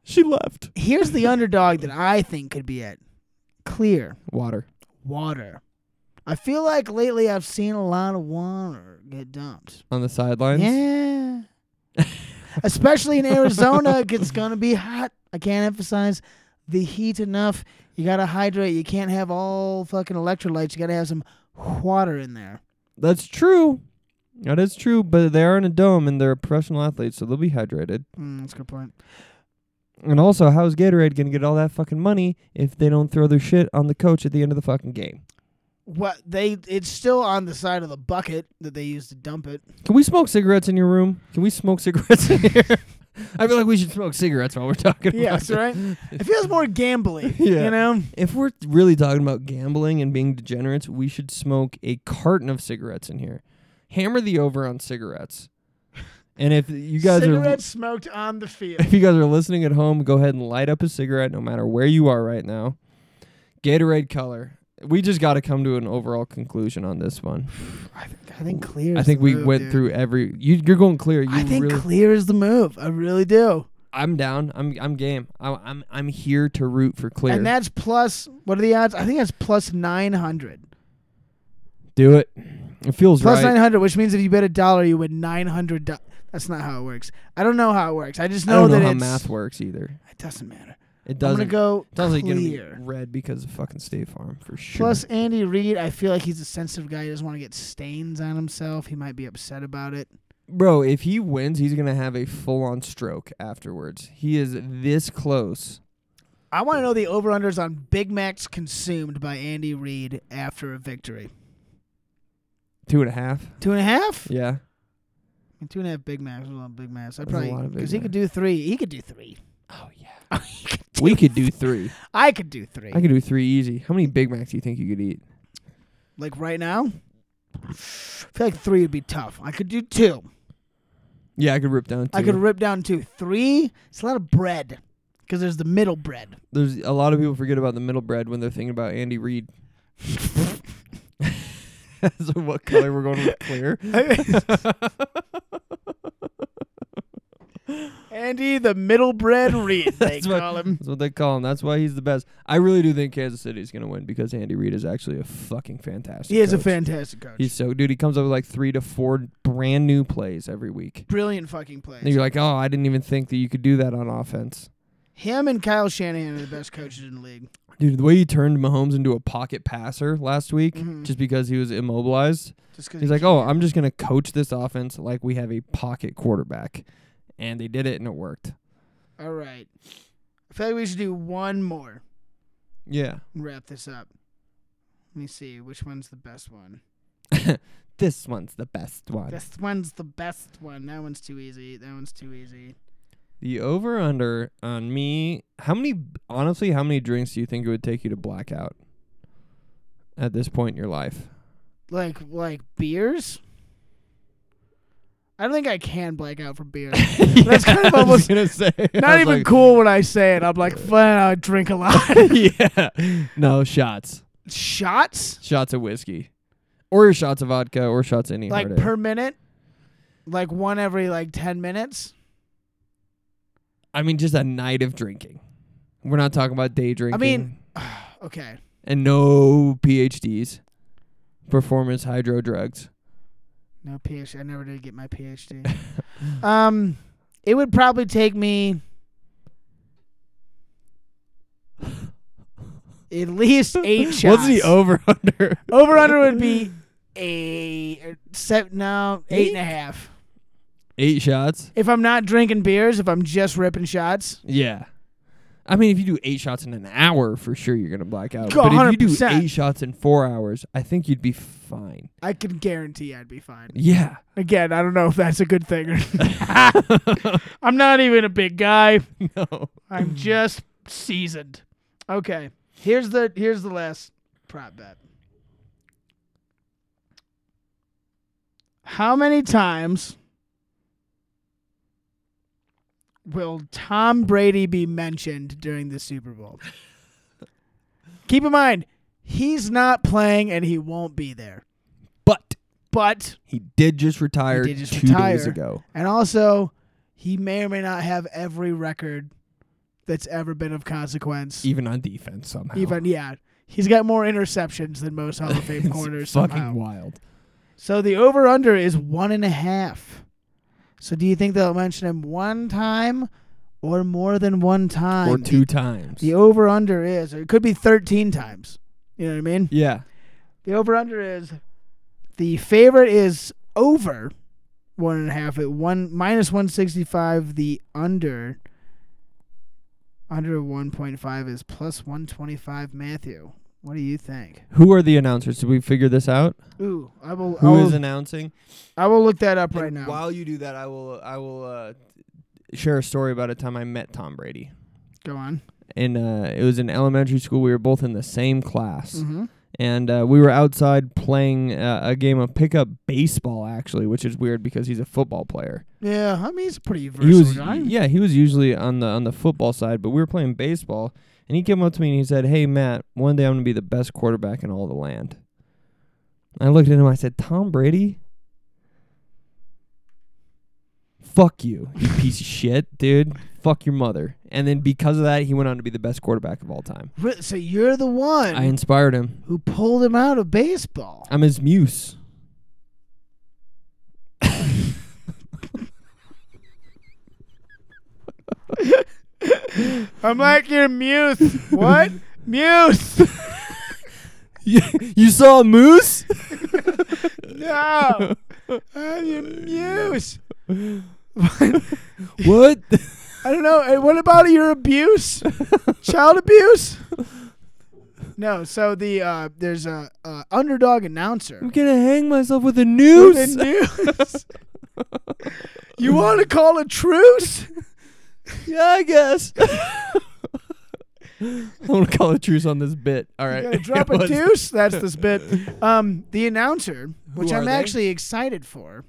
S3: She left.
S2: Here's the underdog that I think could be it. Clear
S3: Water.
S2: water. I feel like lately I've seen a lot of water get dumped.
S3: On the sidelines.
S2: Yeah. Especially in Arizona, it's going to be hot. I can't emphasize the heat enough. You got to hydrate. You can't have all fucking electrolytes. You got to have some water in there.
S3: That's true. That is true, but they are in a dome and they're professional athletes, so they'll be hydrated.
S2: Mm, that's a good point.
S3: And also, how's Gatorade gonna get all that fucking money if they don't throw their shit on the coach at the end of the fucking game?
S2: What they it's still on the side of the bucket that they used to dump it.
S3: Can we smoke cigarettes in your room? Can we smoke cigarettes in here? I feel like we should smoke cigarettes while we're talking about
S2: Yes,
S3: it.
S2: right. It feels more gambling.
S3: Yeah.
S2: You know?
S3: If we're really talking about gambling and being degenerates, we should smoke a carton of cigarettes in here. Hammer the over on cigarettes. And if you guys
S2: cigarettes
S3: are
S2: smoked on the field.
S3: if you guys are listening at home, go ahead and light up a cigarette no matter where you are right now. Gatorade color. We just got to come to an overall conclusion on this one.
S2: I think I think clear.
S3: I
S2: is
S3: think
S2: the
S3: we
S2: move,
S3: went
S2: dude.
S3: through every you, you're going clear. You
S2: I think
S3: really
S2: clear is the move. I really do.
S3: I'm down. I'm I'm game. I, I'm I'm here to root for clear.
S2: And that's plus. What are the odds? I think that's plus nine hundred.
S3: Do it. It feels
S2: Plus
S3: right.
S2: nine hundred, which means if you bet a dollar, you win nine hundred. Do- that's not how it works. I don't know how it works. I just
S3: I
S2: know
S3: don't know
S2: that
S3: how
S2: it's.
S3: math works either.
S2: It doesn't matter.
S3: It
S2: I'm
S3: doesn't.
S2: gonna go
S3: it doesn't gonna be
S2: clear.
S3: red because of fucking State Farm for sure.
S2: Plus, Andy Reid, I feel like he's a sensitive guy. He doesn't want to get stains on himself. He might be upset about it.
S3: bro, if he wins, he's gonna have a full-on stroke afterwards. He is this close.
S2: I want to know the over-unders on Big Macs consumed by Andy Reid after a victory.
S3: Two and a half.
S2: Two and a half?
S3: Yeah.
S2: I mean, Two and a half Big Macs. is A lot of Big Macs. I
S3: That's a lot
S2: probably
S3: of Big
S2: because he could
S3: Macs.
S2: do three. He could do three.
S3: Oh yeah.
S2: He could do-
S3: We could do three.
S2: I could do three.
S3: I could do three easy. How many Big Macs do you think you could eat?
S2: like right now, I feel like three would be tough. I could do two.
S3: Yeah, I could rip down. Two.
S2: I could rip down two. Three, it's a lot of bread because there's the middle bread.
S3: There's a lot of people forget about the middle bread when they're thinking about Andy Reid. so what color we're going with clear?
S2: Andy, the middle bread Reed, they
S3: That's what-
S2: call him.
S3: That's what they call him. That's why he's the best. I really do think Kansas City is going to win because Andy Reid is actually a fucking fantastic.
S2: He is a
S3: coach.
S2: fantastic coach.
S3: He's so dude. He comes up with like three to four brand new plays every week.
S2: brilliant fucking plays.
S3: And you're like, oh, I didn't even think that you could do that on offense,
S2: Him and Kyle Shanahan are the best coaches in the league.
S3: dude. The way he turned Mahomes into a pocket passer last week,
S2: Mhm.
S3: just because he was immobilized.
S2: Just because
S3: He's like, oh, I'm just gonna coach this offense like we have a pocket quarterback, and they did it and it worked.
S2: all right. I feel like we should do one more.
S3: Yeah.
S2: and Wrap this up. Let me see which one's the best one.
S3: This one's the best one.
S2: This one's the best one. That one's too easy. That one's too easy.
S3: The over under on me. How many? Honestly, how many drinks do you think it would take you to blackout at this point in your life?
S2: Like like beers. I don't think I can black out from beer. That's kind of
S3: I was
S2: almost
S3: gonna say. I
S2: not
S3: was
S2: even
S3: like,
S2: cool when I say it. I'm like, fine, I drink a lot.
S3: yeah. No shots.
S2: Shots
S3: Shots of whiskey, or shots of vodka, or shots of any
S2: like
S3: hard ale.
S2: per minute, like one every like ten minutes.
S3: I mean, just a night of drinking. We're not talking about day drinking.
S2: mean- Okay,
S3: and no PhDs, performance hydro drugs.
S2: no PhD. I never did get my PhD. um, it would probably take me at least eight shots. Oh.
S3: What's the over under?
S2: Over under would be eight, or seven, no, eight and a half.
S3: Eight shots.
S2: If I'm not drinking beers, if I'm just ripping shots,
S3: Yeah. I mean, if you do eight shots in an hour, for sure you're gonna black out.
S2: Go
S3: But if you do
S2: 100%.
S3: eight shots in four hours, I think you'd be fine.
S2: I can guarantee I'd be fine.
S3: Yeah.
S2: Again, I don't know if that's a good thing. Or I'm not even a big guy.
S3: no.
S2: I'm just seasoned. Okay, here's the here's the last prop bet. How many times will Tom Brady be mentioned during the Super Bowl? Keep in mind, he's not playing and he won't be there.
S3: But
S2: But
S3: he did just retire
S2: did just
S3: two days
S2: retire.
S3: ago.
S2: and also, he may or may not have every record that's ever been of consequence.
S3: Even on defense somehow.
S2: Even yeah, he's got more interceptions than most Hall of Fame
S3: It's
S2: corners.
S3: fucking
S2: somehow.
S3: wild.
S2: So the over under is one and a half. So do you think they'll mention him one time, or more than one time?
S3: Or two times.
S2: The over under is, or it could be thirteen times. You know what I mean?
S3: yeah.
S2: The over under is, the favorite is over, one and a half at one minus one sixty five. The under. Under 1.5 is plus 125, Matthew. What do you think?
S3: Who are the announcers? Did we figure this out?
S2: Ooh, I will. I
S3: Who
S2: will,
S3: is announcing?
S2: I will look that up right
S3: And
S2: now.
S3: While you do that, I will I will uh, share a story about a time I met Tom Brady.
S2: Go on.
S3: And uh, it was in elementary school. We were both in the same class,
S2: Mm-hmm.
S3: and uh, we were outside playing uh, a game of pickup baseball, actually, which is weird because he's a football player.
S2: Yeah, I mean he's a pretty versatile
S3: He was,
S2: guy.
S3: yeah, he was usually on the on the football side, but we were playing baseball, and he came up to me and he said, "Hey, Matt, one day I'm gonna be the best quarterback in all the land." I looked at him. I said, "Tom Brady." Fuck you, you piece of shit, dude. Fuck your mother. And then because of that, he went on to be the best quarterback of all time.
S2: Re- So you're the one
S3: I inspired him.
S2: who pulled him out of baseball.
S3: I'm his muse.
S2: I'm like your muse. what? Muse?
S3: you you saw a moose?
S2: No, I'm your muse.
S3: What?
S2: I don't know. And what about your abuse? Child abuse? No. So the uh, there's a uh, underdog announcer.
S3: I'm gonna hang myself with a
S2: And
S3: noose.
S2: news. you want to call a truce?
S3: Yeah, I guess. I'm gonna call a truce on this bit. All right.
S2: Gotta drop a
S3: What's-
S2: deuce. That's this bit. Um, the announcer, which
S3: are
S2: I'm
S3: they?
S2: actually excited for,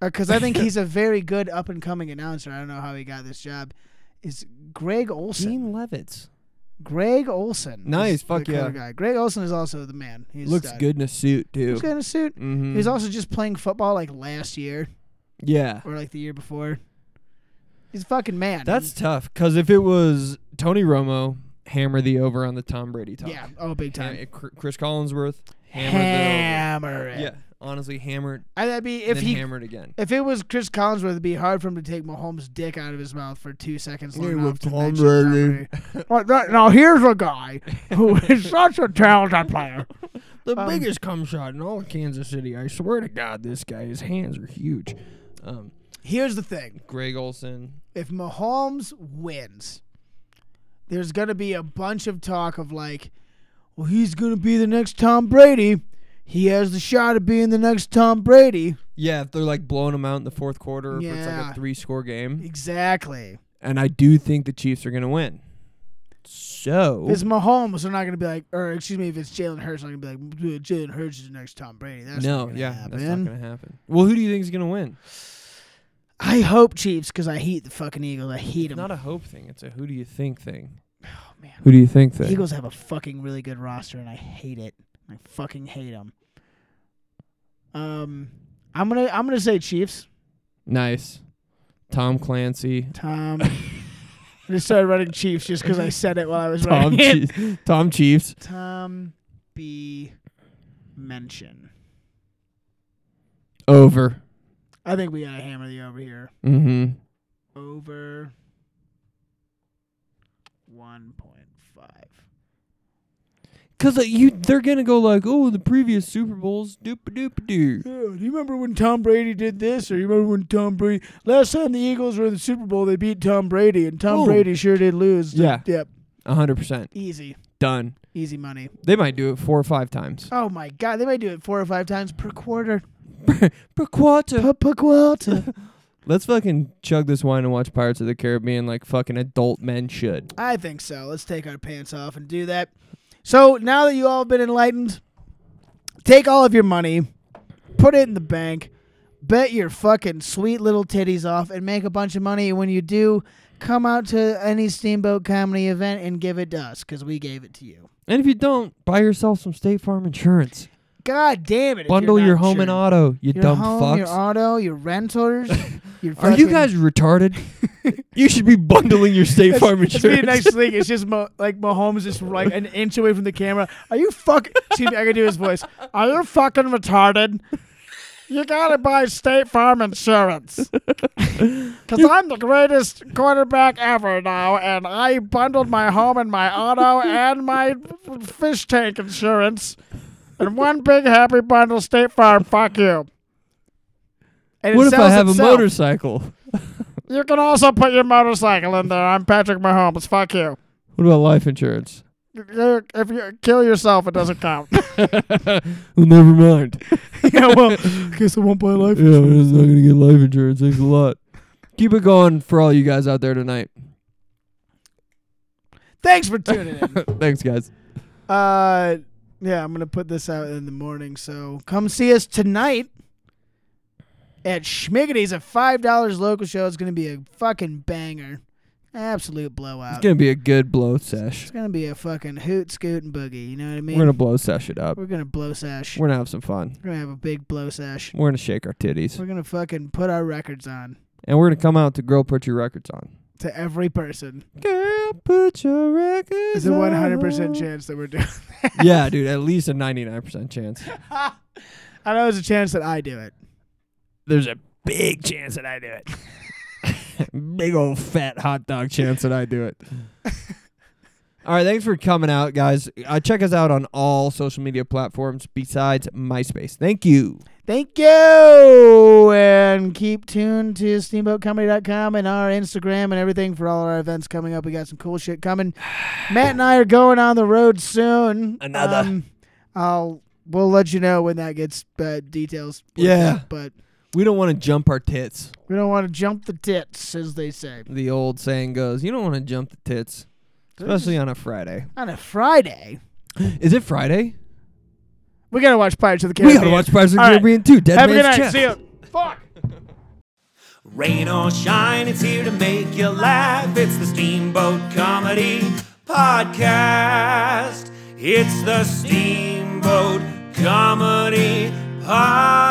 S2: because I think he's a very good up and coming announcer. I don't know how he got this job. Is Greg Olson?
S3: Gene Levitz
S2: Greg Olson.
S3: Nice,
S2: is the
S3: fuck yeah.
S2: color Guy. Greg Olson is also the man. He's
S3: looks
S2: stud.
S3: good in a suit too.
S2: He's got a suit.
S3: Mm-hmm.
S2: He was also just playing football like last year
S3: yeah.
S2: or like the year before. He's a fucking man.
S3: That's tough. Cause if it was Tony Romo, hammer the over on the Tom Brady talk.
S2: yeah. Oh, big
S3: Ham-
S2: time.
S3: Cr- Chris Collinsworth, hammer
S2: Hammer
S3: the
S2: it.
S3: over. Yeah. Honestly, hammered.
S2: I, that'd be if
S3: then
S2: he
S3: hammered again.
S2: If it was Chris Collinsworth, it'd be hard for him to take Mahomes' dick out of his mouth for two seconds long
S3: Yeah,
S2: enough
S3: with
S2: to
S3: Tom
S2: mention Tom
S3: Brady.
S2: Brady. Like that- now here's a guy who is such a talented player.
S3: The
S2: Um,
S3: biggest cum shot in all of Kansas City. I swear to God, this guy, his hands are huge. Um,
S2: Here's the thing:
S3: Greg Olson.
S2: if Mahomes wins, there's gonna be a bunch of talk of like, well, he's gonna be the next Tom Brady. He has the shot of being the next Tom Brady.
S3: Yeah, if they're like blowing them out in the fourth quarter, if it's like
S2: Yeah.
S3: a three score game.
S2: Exactly.
S3: and I do think the Chiefs are going to win. So
S2: If it's Mahomes, they're not going to be like, or excuse me, if it's Jalen Hurts, they're going to be like, Jalen Hurts is the next Tom Brady. That's not
S3: no,
S2: gonna
S3: yeah,
S2: happen.
S3: that's not going to happen. Well, who do you think is going to win?
S2: I hope Chiefs because I hate the fucking Eagles. I hate
S3: It's
S2: them.
S3: not a hope thing. It's a who do you think thing.
S2: oh man,
S3: Who do you think thing?
S2: Eagles have a fucking really good roster, and I hate it. I fucking hate them. Um, I'm gonna I'm gonna say Chiefs.
S3: Nice. Tom Clancy.
S2: Tom. I just started running Chiefs just because I said it while I was
S3: Tom
S2: running. it.
S3: Chiefs. Tom Chiefs.
S2: Tom B. Mention.
S3: Over.
S2: I think we gotta hammer the over here.
S3: Mm-hmm.
S2: Over. One point five.
S3: Cause uh, you, they're gonna go like, oh, the previous Super Bowls, doop doop doo.
S2: Yeah, do you remember when Tom Brady did this, or you remember when Tom Brady? Last time the Eagles were in the Super Bowl, they beat Tom Brady, and Tom
S3: Oh.
S2: Brady sure did lose.
S3: Yeah.
S2: Yep.
S3: A hundred percent
S2: Easy,
S3: done.
S2: easy money.
S3: They might do it four or five times
S2: Oh my God, they might do it four or five times per quarter.
S3: per quarter.
S2: Per, per quarter.
S3: Let's fucking chug this wine and watch Pirates of the Caribbean like fucking adult men should.
S2: I think so. Let's take our pants off and do that. So now that you all have been enlightened, take all of your money, put it in the bank, bet your fucking sweet little titties off, and make a bunch of money. And when you do, come out to any Steamboat comedy event and give it to us because we gave it to you.
S3: And if you don't, buy yourself some State Farm insurance.
S2: God damn it! if
S3: Bundle
S2: you're
S3: your
S2: not
S3: home and
S2: sure.
S3: auto.
S2: Your
S3: You dumb
S2: home,
S3: fucks.
S2: your auto, your renters. your
S3: Are
S2: fucking-
S3: you guys retarded? you should be bundling your State
S2: That's-
S3: Farm
S2: That's be the
S3: insurance.
S2: next thing. It's just Mo- like Mahomes just like an inch away from the camera. Are you fucking? Excuse me, I can do his voice. Are you fucking retarded? You gotta buy State Farm insurance. Because I'm the greatest quarterback ever now, and I bundled my home and my auto and my fish tank insurance in one big happy bundle. State Farm, fuck you. And it
S3: what if I
S2: sells
S3: have a
S2: itself.
S3: motorcycle?
S2: You can also put your motorcycle in there. I'm Patrick Mahomes. Fuck you.
S3: What about life insurance?
S2: You- if you kill yourself, it doesn't count.
S3: well, never mind.
S2: yeah, well, I guess I won't buy life
S3: Yeah, I'm just not gonna get life insurance. Thanks a lot. Keep it going for all you guys out there tonight.
S2: Thanks for tuning in.
S3: Thanks, guys.
S2: Uh, yeah, I'm gonna put this out in the morning. So come see us tonight at Schmiggity's at five dollars local show. It's gonna be a fucking banger, absolute blowout.
S3: It's gonna be a good blow sesh.
S2: It's gonna be a fucking hoot, scoot, and boogie. You know what I mean?
S3: We're gonna blow sesh it up.
S2: We're gonna blow sash. We're
S3: We're gonna have some fun.
S2: gonna have a big blow sash.
S3: We're gonna shake our titties,
S2: We're gonna fucking put our records on
S3: and we're gonna come out to girl put your records on.
S2: to every person.
S3: Girl, put your records.
S2: There's a 100%
S3: on.
S2: chance that we're doing.
S3: yeah, dude, at least a 99% chance.
S2: I know there's a chance that I do it.
S3: There's a big chance that I do it. big old fat hot dog chance that I do it. All right, thanks for coming out, guys. Uh, check us out on all social media platforms besides MySpace. Thank you.
S2: Thank you. And keep tuned to steamboatcomedy.com and our Instagram and everything for all our events coming up. We got some cool shit coming. Matt and I are going on the road soon.
S3: Another.
S2: Um, I'll we'll let you know when that gets uh, details. worked
S3: Yeah.
S2: out, but
S3: We don't want to jump our tits.
S2: we don't want to jump the tits, as they say.
S3: The old saying goes, you don't want to jump the tits, especially on a Friday.
S2: on a Friday.
S3: Is it Friday?
S2: We gotta watch Pirates of the
S3: We
S2: Caribbean.
S3: got to watch Pirates of the
S2: All right.
S3: Caribbean too. Dead
S2: Have a
S3: Man's
S2: good night.
S3: Chest.
S2: See you. Fuck.
S1: Rain or shine, it's here to make you laugh. It's the Steamboat Comedy Podcast. It's the Steamboat Comedy Podcast.